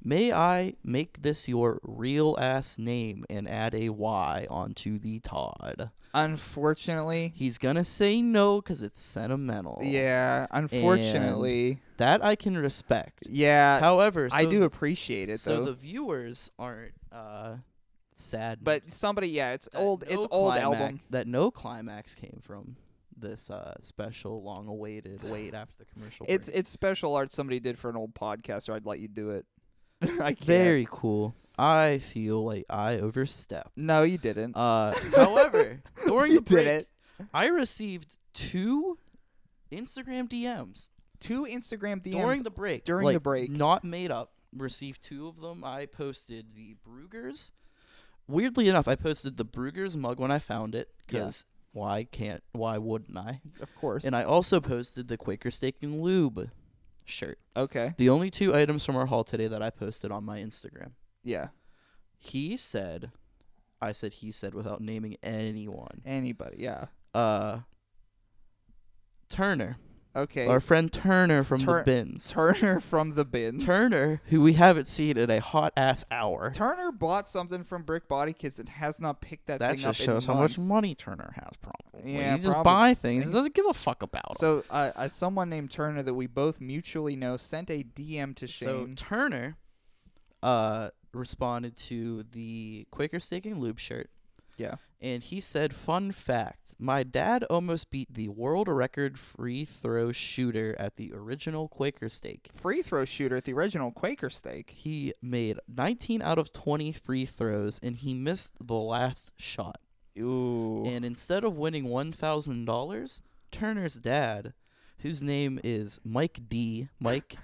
S1: may I make this your real ass name and add a Y onto the Todd?
S2: Unfortunately,
S1: He's gonna say no because it's sentimental.
S2: Yeah, unfortunately.
S1: That I can respect.
S2: yeah.
S1: However,
S2: I
S1: so-
S2: do appreciate it
S1: So
S2: though.
S1: the viewers aren't uh, sad.
S2: but somebody, yeah, it's
S1: that
S2: old.
S1: no
S2: it's old
S1: climax-
S2: album.
S1: That no climax came from this uh, special, long-awaited wait after the commercial.
S2: It's
S1: break.
S2: it's special art somebody did for an old podcast, or I'd let you do it. I can't.
S1: very cool. I feel like I overstepped.
S2: No, you didn't.
S1: Uh, however, during
S2: you
S1: the break,
S2: did it.
S1: I received two Instagram DMs
S2: Two Instagram DMs
S1: during the break.
S2: during the
S1: like,
S2: break.
S1: Not made up. Received two of them. I posted the Brugger's. Weirdly enough, I posted the Brugger's mug when I found it
S2: Yeah.
S1: because why can't why wouldn't I?
S2: of course.
S1: And I also posted the Quaker Steak and Lube shirt.
S2: okay.
S1: The only two items from our haul today that I posted on my Instagram.
S2: Yeah.
S1: He said, I said he said without naming anyone.
S2: Anybody, yeah.
S1: Uh, Turner,
S2: Okay.
S1: our friend Turner from
S2: Tur-
S1: the bins.
S2: Turner from the bins.
S1: Turner, who we haven't seen in a hot ass hour.
S2: Turner bought something from Brick Body Kids and has not picked that,
S1: That
S2: thing up
S1: just
S2: in
S1: shows how
S2: months.
S1: much money Turner has, probably.
S2: Yeah,
S1: you just
S2: probably.
S1: buy things and doesn't give a fuck about 'em.
S2: So, uh, uh, someone named Turner that we both mutually know sent a DM to
S1: So
S2: Shane.
S1: Turner uh, responded to the Quaker Steak and Lube shirt,
S2: yeah.
S1: and he said, "Fun fact: My dad almost beat the world record free throw shooter at the original Quaker Steak.
S2: Free throw shooter at the original Quaker Steak.
S1: He made 19 out of 20 free throws, and he missed the last shot.
S2: Ooh.
S1: And instead of winning one thousand dollars, Turner's dad." Whose name is Mike D. Mike,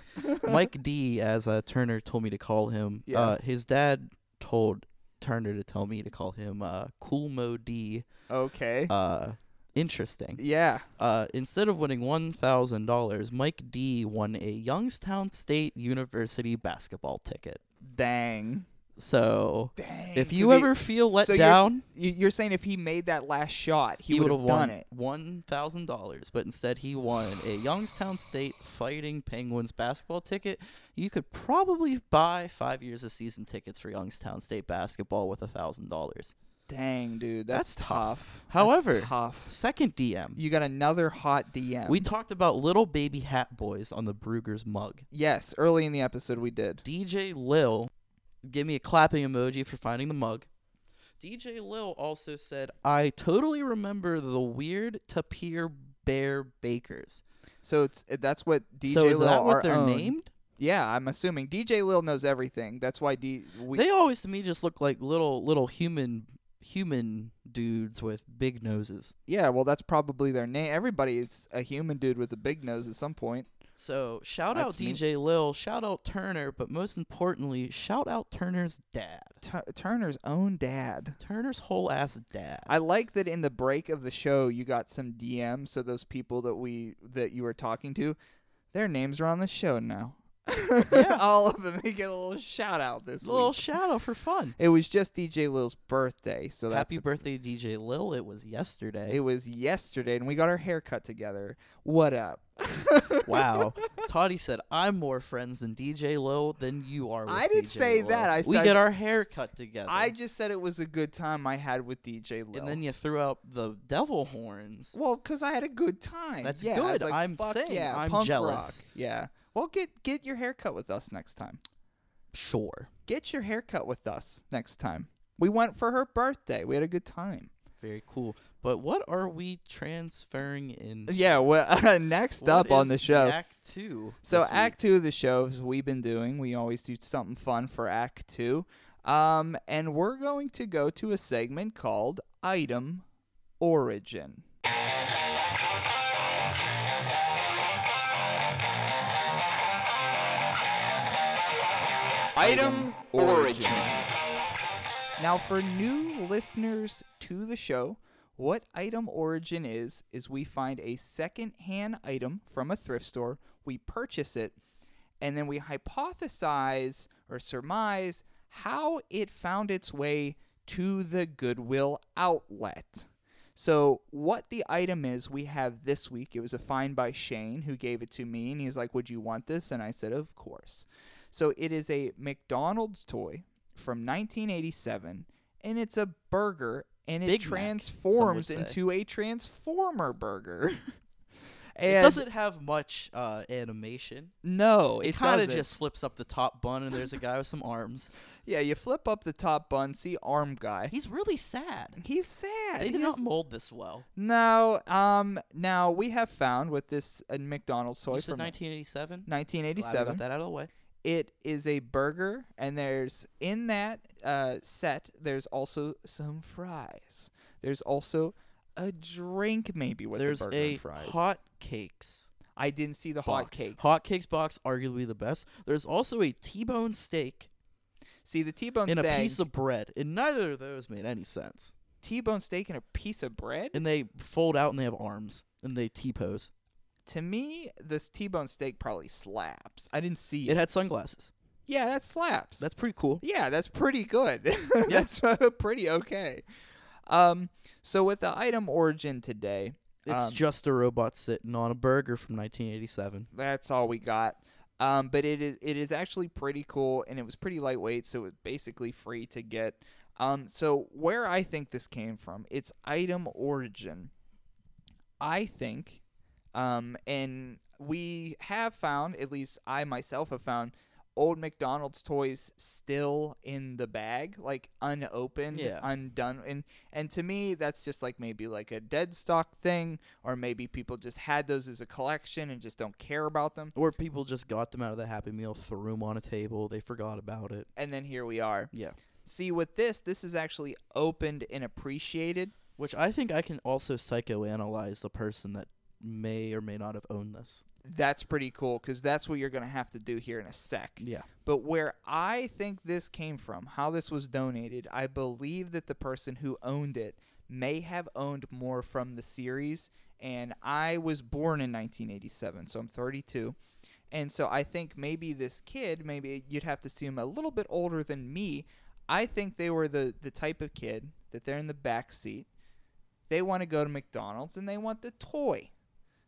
S1: Mike D. As uh, Turner told me to call him.
S2: Yeah.
S1: Uh, his dad told Turner to tell me to call him uh, Cool Mo D.
S2: okay.
S1: Uh, interesting.
S2: yeah.
S1: Uh, instead of winning one thousand dollars, Mike D. won a Youngstown State University basketball ticket.
S2: Dang.
S1: So,
S2: Dang.
S1: if
S2: 'Cause
S1: you
S2: he-
S1: ever feel let
S2: so you're s-
S1: down,
S2: y- You're saying if he made that last shot, he, would have
S1: won
S2: done it.
S1: one thousand dollars, but instead he won a Youngstown State Fighting Penguins basketball ticket. You could probably buy five years of season tickets for Youngstown State basketball with a thousand dollars.
S2: Dang, dude, that's,
S1: That's
S2: tough.
S1: tough.
S2: That's
S1: However-
S2: tough.
S1: Second DM,
S2: You got another hot DM.
S1: we talked about little baby hat boys on the Brugger's mug.
S2: yes, early in the episode we did.
S1: DJ Lil, give me a clapping emoji for finding the mug. DJ Lil also said, "I totally remember the weird tapir bear bakers."
S2: So it's that's what DJ
S1: so is
S2: Lil
S1: that
S2: our
S1: what they're
S2: own-
S1: named?
S2: Yeah, I'm assuming DJ Lil knows everything. That's why D we
S1: they always to me just look like little little human human dudes with big noses.
S2: Yeah, well that's probably their name. Everybody is a human dude with a big nose at some point.
S1: So shout
S2: That's
S1: out
S2: me.
S1: DJ Lil, shout out Turner, but most importantly, shout out Turner's dad.
S2: Tur Turner's own dad.
S1: Turner's whole ass dad.
S2: I like that in the break of the show you got some DMs so those people that we that you were talking to, their names are on the show now. All of them they get a little shout out this
S1: a little
S2: week.
S1: shout out for fun.
S2: It was just DJ Lil's birthday, so that's
S1: Happy birthday, DJ Lil. It was yesterday.
S2: it was yesterday, and we got our hair cut together. What up?
S1: wow. Toddy said, I'm more friends than DJ Lil than you are with
S2: I didn't
S1: DJ
S2: say
S1: Lil."
S2: that. I
S1: We
S2: said-
S1: get our hair cut together.
S2: I just said it was a good time I had with DJ Lil.
S1: and then you threw out the devil horns.
S2: well, because I had a good time.
S1: That's
S2: yeah, I was
S1: good.
S2: like,
S1: I'm
S2: Fuck
S1: saying
S2: yeah,
S1: I'm
S2: punk
S1: jealous.
S2: Rock. Yeah. Well, get get your hair cut with us next time.
S1: Sure.
S2: Get your hair cut with us next time. We went for her birthday. We had a good time.
S1: Very cool. But what are we transferring in?
S2: Yeah. Well, next up on the show.
S1: Act two.
S2: So
S1: this week?
S2: Act Two of the show is we've been doing. We always do something fun for Act Two, um, and we're going to go to a segment called Item Origin. Item Origin. Now, for new listeners to the show, what item origin is, is we find a second-hand item from a thrift store, we purchase it, and then we hypothesize or surmise how it found its way to the Goodwill outlet. So, what the item is we have this week, it was a find by Shane who gave it to me, and he's like, Would you want this? And I said, Of course. So, it is a McDonald's toy from 1987, and it's a burger, and it
S1: Big Mac, some would
S2: transforms
S1: say.
S2: into a Transformer burger. and
S1: it doesn't have much uh, animation.
S2: No,
S1: It,
S2: it,
S1: kind of
S2: doesn't.
S1: just flips up the top bun, and there's a guy with some arms.
S2: Yeah, you flip up the top bun, see arm guy.
S1: He's really sad.
S2: He's sad.
S1: They did
S2: He
S1: not
S2: is-
S1: mold this well.
S2: No, um, now we have found with this uh, McDonald's toy
S1: You said
S2: from
S1: 1987. Glad we
S2: 1987.
S1: got that out of the way.
S2: It is a burger, and there's in that uh, set. There's also some fries. There's also a drink, maybe with
S1: There's
S2: the burger
S1: a
S2: and fries.
S1: hot cakes.
S2: I didn't see the hot
S1: Box.
S2: cakes.
S1: Hot cakes box, arguably the best. There's also a T-bone steak
S2: See the T-bone
S1: and
S2: steak.
S1: a piece of bread, and neither of those made any sense.
S2: T-bone steak and a piece of bread.
S1: and they fold out and they have arms and they T pose.
S2: to me, this T-bone steak probably slaps. I didn't see
S1: It had sunglasses.
S2: Yeah, that slaps.
S1: That's pretty cool.
S2: Yeah, that's pretty good. that's uh, pretty okay. Um, so with the item origin today,
S1: It's
S2: um,
S1: just a robot sitting on a burger from 1987.
S2: that's all we got. Um, but it is it is actually pretty cool, and it was pretty lightweight, so it's basically free to get. Um, so where I think this came from, it's item origin. I think, um, and we have found, at least I myself have found, old McDonald's toys still in the bag, like unopened,
S1: Yeah.
S2: undone, and and to me that's just like maybe like a dead stock thing, or maybe people just had those as a collection and just don't care about them.
S1: Or people just got them out of the Happy Meal, threw them on a table, they forgot about it.
S2: And then here we are.
S1: Yeah.
S2: See, with this, this is actually opened and appreciated.
S1: Which I think I can also psychoanalyze the person that may or may not have owned this.
S2: That's pretty cool because that's what you're going to have to do here in a sec.
S1: Yeah.
S2: But where I think this came from, how this was donated, I believe that the person who owned it may have owned more from the series. And I was born in 1987, so I'm 32. And so I think maybe this kid, maybe you'd have to see him a little bit older than me. I think they were the, the type of kid that they're in the back seat. They want to go to McDonald's and they want the toy.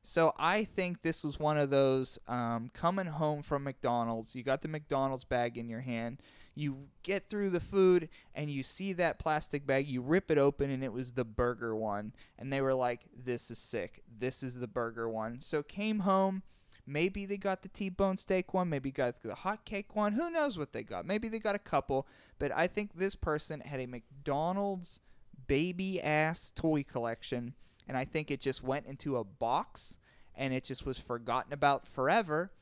S2: So I think this was one of those um, coming home from McDonald's. You got the McDonald's bag in your hand. You get through the food and you see that plastic bag. You rip it open and it was the burger one. And they were like, "This is sick. This is the burger one." So came home. Maybe they got the T-bone steak one. Maybe got the hot cake one. Who knows what they got? Maybe they got a couple. But I think this person had a McDonald's baby ass toy collection and i think it just went into a box and it just was forgotten about forever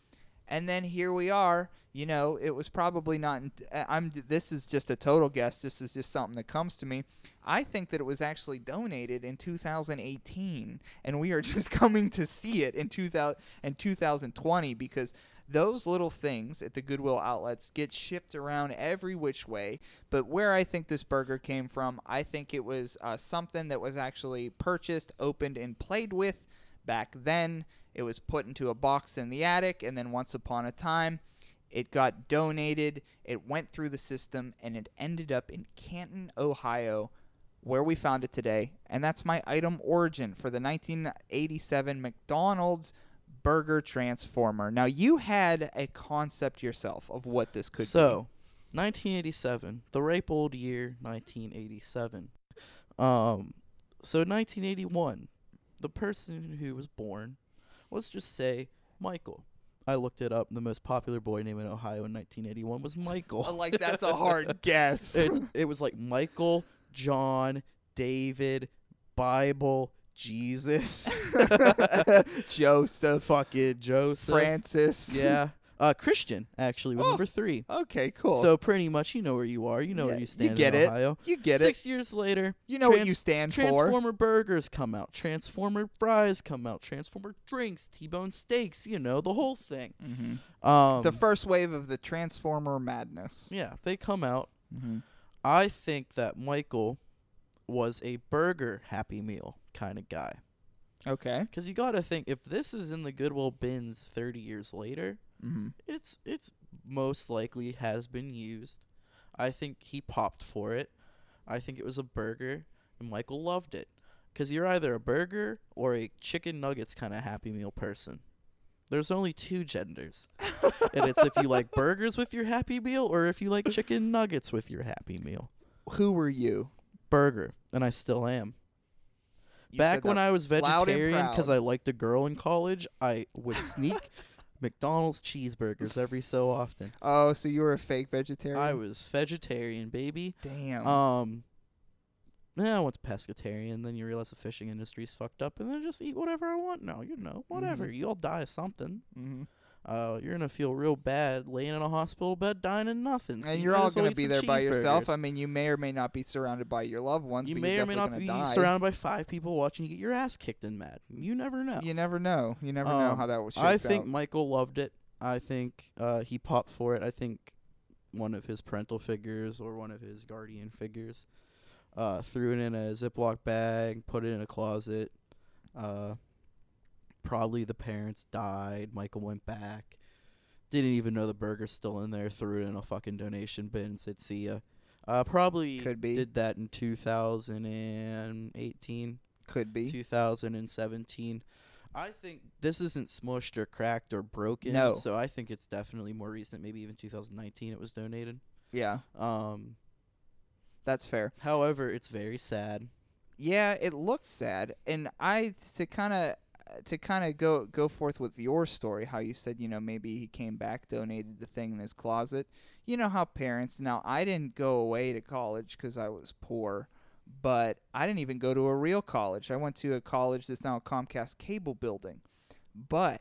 S2: and then here we are you know it was probably not in, uh, i'm this is just a total guess this is just something that comes to me i think that it was actually donated in 2018 and we are just coming to see it in 2000 and 2020 because those little things at the Goodwill outlets get shipped around every which way. But where I think this burger came from, I think it was uh, something that was actually purchased, opened, and played with back then. It was put into a box in the attic, and then once upon a time, it got donated, it went through the system, and it ended up in Canton, Ohio, where we found it today. And that's my item origin for the 1987 McDonald's Burger Transformer. Now, you had a concept yourself of what this could
S1: so, 1987, the ripe old year 1987. Um, so 1981, the person who was born, let's just say Michael. I looked it up. The most popular boy name in Ohio in 1981 was Michael.
S2: be. Like, that's a hard guess.
S1: it's it was like Michael, John, David, Bible, Jesus,
S2: Joseph,
S1: fucking Joseph,
S2: Francis.
S1: yeah, uh, Christian actually was
S2: Oh,
S1: number three.
S2: Okay, cool.
S1: So pretty much, you know where you are. You know
S2: Yeah,
S1: where you stand
S2: get
S1: in
S2: it.
S1: Ohio.
S2: You get it.
S1: Six years later,
S2: You know what you stand for.
S1: Transformer burgers come out. Transformer fries come out. Transformer drinks, T-bone steaks. You know the whole thing. Um,
S2: Mm-hmm. the first wave of the Transformer madness. Mm-hmm.
S1: Yeah, they come out. I think that Michael was a burger Happy Meal kind of guy.
S2: Okay.
S1: Because you got to think if this is in the Goodwill bins 30 years later,
S2: Mm-hmm.
S1: it's it's most likely has been used. I think he popped for it. I think it was a burger, and Michael loved it. Because you're either a burger or a chicken nuggets kind of Happy Meal person. There's only two genders. and it's if you like burgers with your Happy Meal or if you like chicken nuggets with your Happy Meal.
S2: Who were you?
S1: Burger. And I still am.
S2: You
S1: Back
S2: said
S1: when
S2: that
S1: I was
S2: loud and
S1: vegetarian because
S2: proud.
S1: I liked a girl in college, I would sneak McDonald's cheeseburgers every so often.
S2: Oh, so you were a fake vegetarian? Oh.
S1: I was vegetarian, baby.
S2: Damn.
S1: Um, yeah, I went to pescatarian. Then you realize the fishing industry's fucked up, and then I just eat whatever I want now. You know, whatever.
S2: Mm-hmm.
S1: You all die of something.
S2: Mhm.
S1: Uh, you're gonna feel real bad laying in a hospital bed, dying of nothing. So
S2: and
S1: you
S2: you're
S1: might
S2: all
S1: as well
S2: going to
S1: eat
S2: be
S1: some
S2: there by yourself.
S1: cheeseburgers.
S2: I mean, you may or may not be surrounded by your loved ones.
S1: you
S2: but
S1: may
S2: you're
S1: or may not
S2: definitely
S1: be
S2: gonna die.
S1: surrounded by five people watching you get your ass kicked and mad. You never know.
S2: You never know. You never know
S1: Um,
S2: how that was.
S1: I think Michael loved it. I think uh, he popped for it. I think one of his parental figures or one of his guardian figures uh, threw it in a Ziploc bag, put it in a closet. Uh, probably the parents died. Michael went back. Didn't even know the burger's still in there. Threw it in a fucking donation bin. Said, "See ya." Uh, probably
S2: Could be.
S1: did that in 2018,
S2: Could be.
S1: 2017. I think this isn't smushed or cracked or broken.
S2: No.
S1: So I think it's definitely more recent. Maybe even 2019 it was donated.
S2: Yeah,
S1: Um,
S2: that's fair.
S1: however, it's very sad.
S2: Yeah, it looks sad, and I to kind of to kind of go go forth with your story, how you said you know maybe he came back, donated the thing in his closet. You know how parents now I didn't go away to college because I was poor, but I didn't even go to a real college. I went to a college that's now a Comcast cable building, but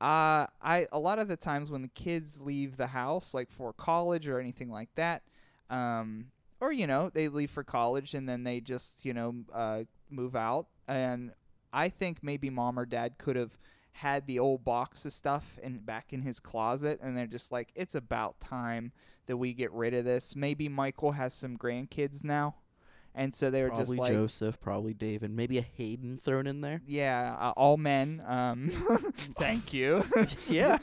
S2: uh, I a lot of the times when the kids leave the house, like for college or anything like that, um, or you know they leave for college and then they just you know uh, move out. And I think maybe mom or dad could have had the old box of stuff and back in his closet, and they're just like, it's about time that we get rid of this. Maybe Michael has some grandkids now, and so they were
S1: Probably
S2: just like,
S1: Joseph, probably David, maybe a Hayden thrown in there.
S2: yeah, uh, all men. Um, thank you.
S1: Yeah.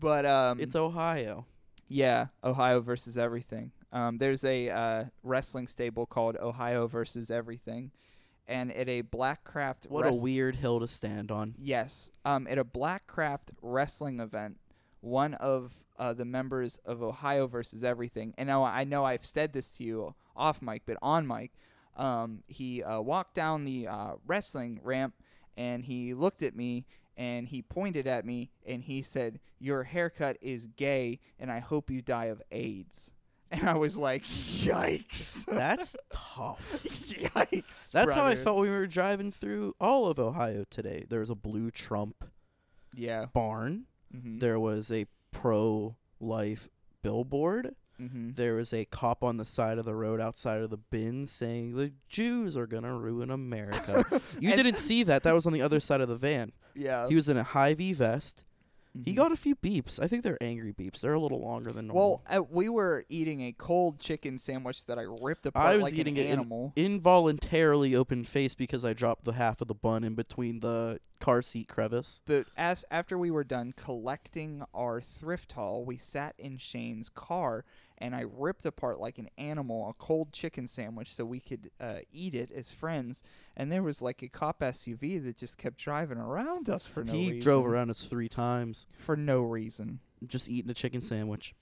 S2: but um,
S1: it's Ohio.
S2: Yeah, Ohio versus everything. Um, there's a uh, wrestling stable called Ohio versus everything, and at a Blackcraft
S1: What
S2: wrest-
S1: a weird hill to stand on.
S2: yes, um, at a Blackcraft wrestling event, one of uh, the members of Ohio versus everything, and now I know I've said this to you off mic, but on mic, um, he uh, walked down the uh, wrestling ramp and he looked at me and he pointed at me and he said, "Your haircut is gay, and I hope you die of AIDS." And I was like, "Yikes!
S1: That's tough.
S2: Yikes!"
S1: That's how I
S2: brother.
S1: felt when we were driving through all of Ohio today. There was a blue Trump
S2: Yeah.
S1: barn.
S2: Mm-hmm.
S1: There was a pro life billboard.
S2: Mm-hmm.
S1: There was a cop on the side of the road outside of the bin saying the Jews are gonna ruin America. you didn't see that. That was on the other side of the van.
S2: Yeah.
S1: He was in a high V vest. He
S2: Mhm.
S1: got a few beeps. I think they're angry beeps. They're a little longer than normal.
S2: Well, uh, we were eating a cold chicken sandwich that I ripped apart
S1: I was
S2: like
S1: eating
S2: an
S1: it in-
S2: animal.
S1: involuntarily open face because I dropped the half of the bun in between the car seat crevice.
S2: but af- after we were done collecting our thrift haul, we sat in Shane's car and I ripped apart like an animal a cold chicken sandwich so we could uh, eat it as friends. And there was like a cop SUV that just kept driving around us for no
S1: he
S2: reason.
S1: drove around us three times
S2: for no reason.
S1: just eating a chicken sandwich.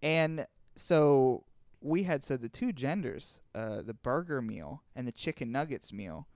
S2: And so we had said the two genders, uh, the burger meal and the chicken nuggets meal.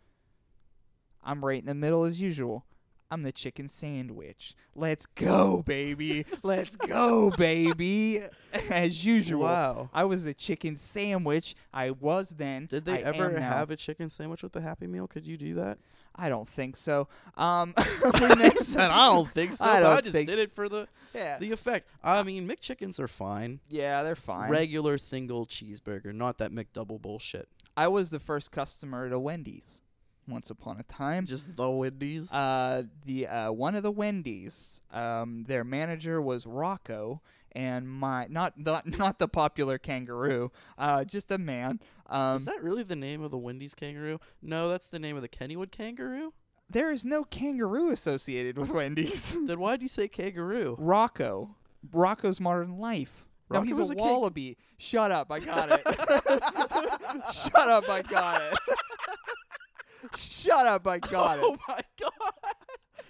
S2: I'm right in the middle as usual. I'm the chicken sandwich. Let's go, baby. Let's go, baby. As usual.
S1: Wow.
S2: I was a chicken sandwich. I was then.
S1: Did they
S2: I am
S1: ever
S2: now.
S1: have a chicken sandwich with a Happy Meal? Could you do that?
S2: I don't think so. Um, we made some-
S1: "Ah." think
S2: I don't
S1: I just
S2: think
S1: did it
S2: so.
S1: for the
S2: Yeah.
S1: the effect. I mean, McChickens are fine.
S2: yeah, they're fine.
S1: Regular single cheeseburger, not that McDouble bullshit.
S2: I was the first customer at a Wendy's once upon a time.
S1: Just the Wendy's.
S2: Uh, the uh, one of the Wendy's. Um, their manager was Rocco, and my not not not the popular kangaroo. Uh, just a man. Um,
S1: Is that really the name of the Wendy's kangaroo? No, that's the name of the Kennywood kangaroo.
S2: there is no kangaroo associated with Wendy's.
S1: Then why do you say kangaroo?
S2: Rocco. Rocco's Modern Life. no,
S1: Rocco
S2: he's
S1: was
S2: a
S1: a kang-
S2: wallaby. Shut up, I got it. Shut up, I got it. Shut up, I got
S1: Oh
S2: it.
S1: my god!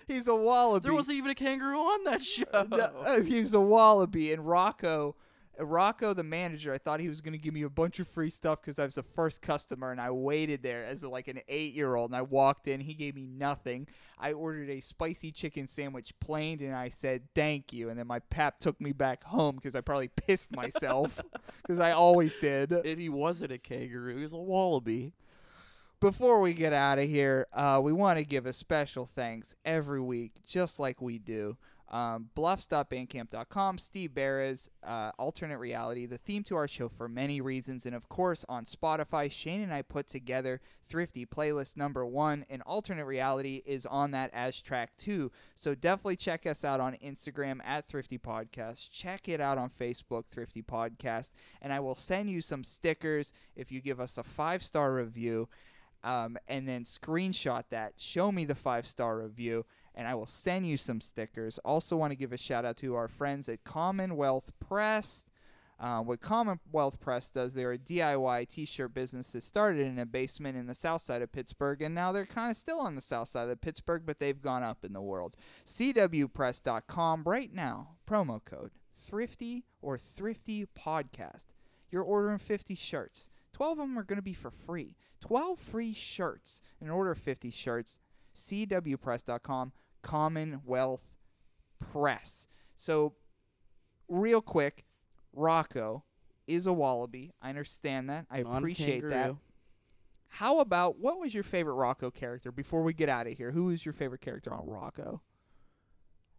S2: He's a wallaby.
S1: There wasn't even a kangaroo on that show.
S2: No, uh, he was a wallaby, and Rocco, Rocco, the manager, I thought he was going to give me a bunch of free stuff because I was the first customer, and I waited there as like an eight-year-old, and I walked in. He gave me nothing. I ordered a spicy chicken sandwich, plain, and I said thank you. And then my pap took me back home because I probably pissed myself because I always did.
S1: And he wasn't a kangaroo. He was a wallaby.
S2: Before we get out of here, uh, we want to give a special thanks every week, just like we do. Um, bluffs.bandcamp.com, Steve Barra's uh, Alternate Reality, the theme to our show for many reasons, and of course on Spotify, Shane and I put together Thrifty Playlist number one, and Alternate Reality is on that as track two. So definitely check us out on Instagram at Thrifty Podcast. Check it out on Facebook, Thrifty Podcast, and I will send you some stickers if you give us a five star review um, and then screenshot that, show me the five star review, and I will send you some stickers. Also, want to give a shout out to our friends at Commonwealth Press. Uh, what Commonwealth Press does, they're a DIY t shirt business that started in a basement in the south side of Pittsburgh, and now they're kind of still on the south side of Pittsburgh, but they've gone up in the world. CWPress.com right now, promo code thrifty or thrifty podcast. You're ordering 50 shirts. 12 of them are going to be for free. 12 free shirts. In order of 50 shirts, CWPress.com, Commonwealth Press. So, real quick, Rocco is a wallaby. I understand that. I appreciate that.
S1: Non-kangaroo.
S2: How about what was your favorite Rocco character before we get out of here? Who is your favorite character on Rocco?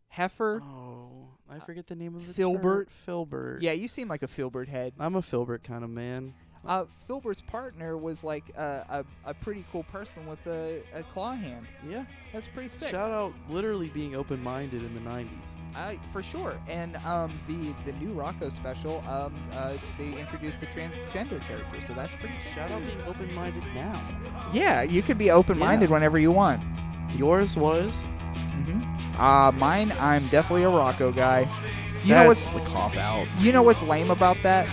S2: Heifer?
S1: Oh, I forget the name of it.
S2: Filbert.
S1: Filbert.
S2: Yeah, you seem like a Filbert head.
S1: I'm a Filbert kind of man.
S2: Uh, Filbert's partner was like a, a, a pretty cool person with a, a claw hand.
S1: Yeah.
S2: That's pretty sick.
S1: Shout out literally being open minded in the 90s.
S2: I, for sure. And um, the the new Rocco special, um, uh, they introduced a transgender character, so that's pretty sick.
S1: Shout out being open minded now.
S2: Yeah, you could be open minded
S1: Yeah.
S2: whenever you want.
S1: Yours was.
S2: Mm-hmm. Uh, mine, I'm definitely a Rocco guy. You know
S1: That's
S2: what's
S1: the cop out?
S2: you know what's lame about that?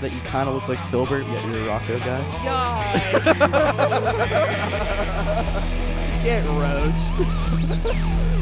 S1: That you kind of look like Filbert, yet you're a Rocco guy.
S2: Get roached.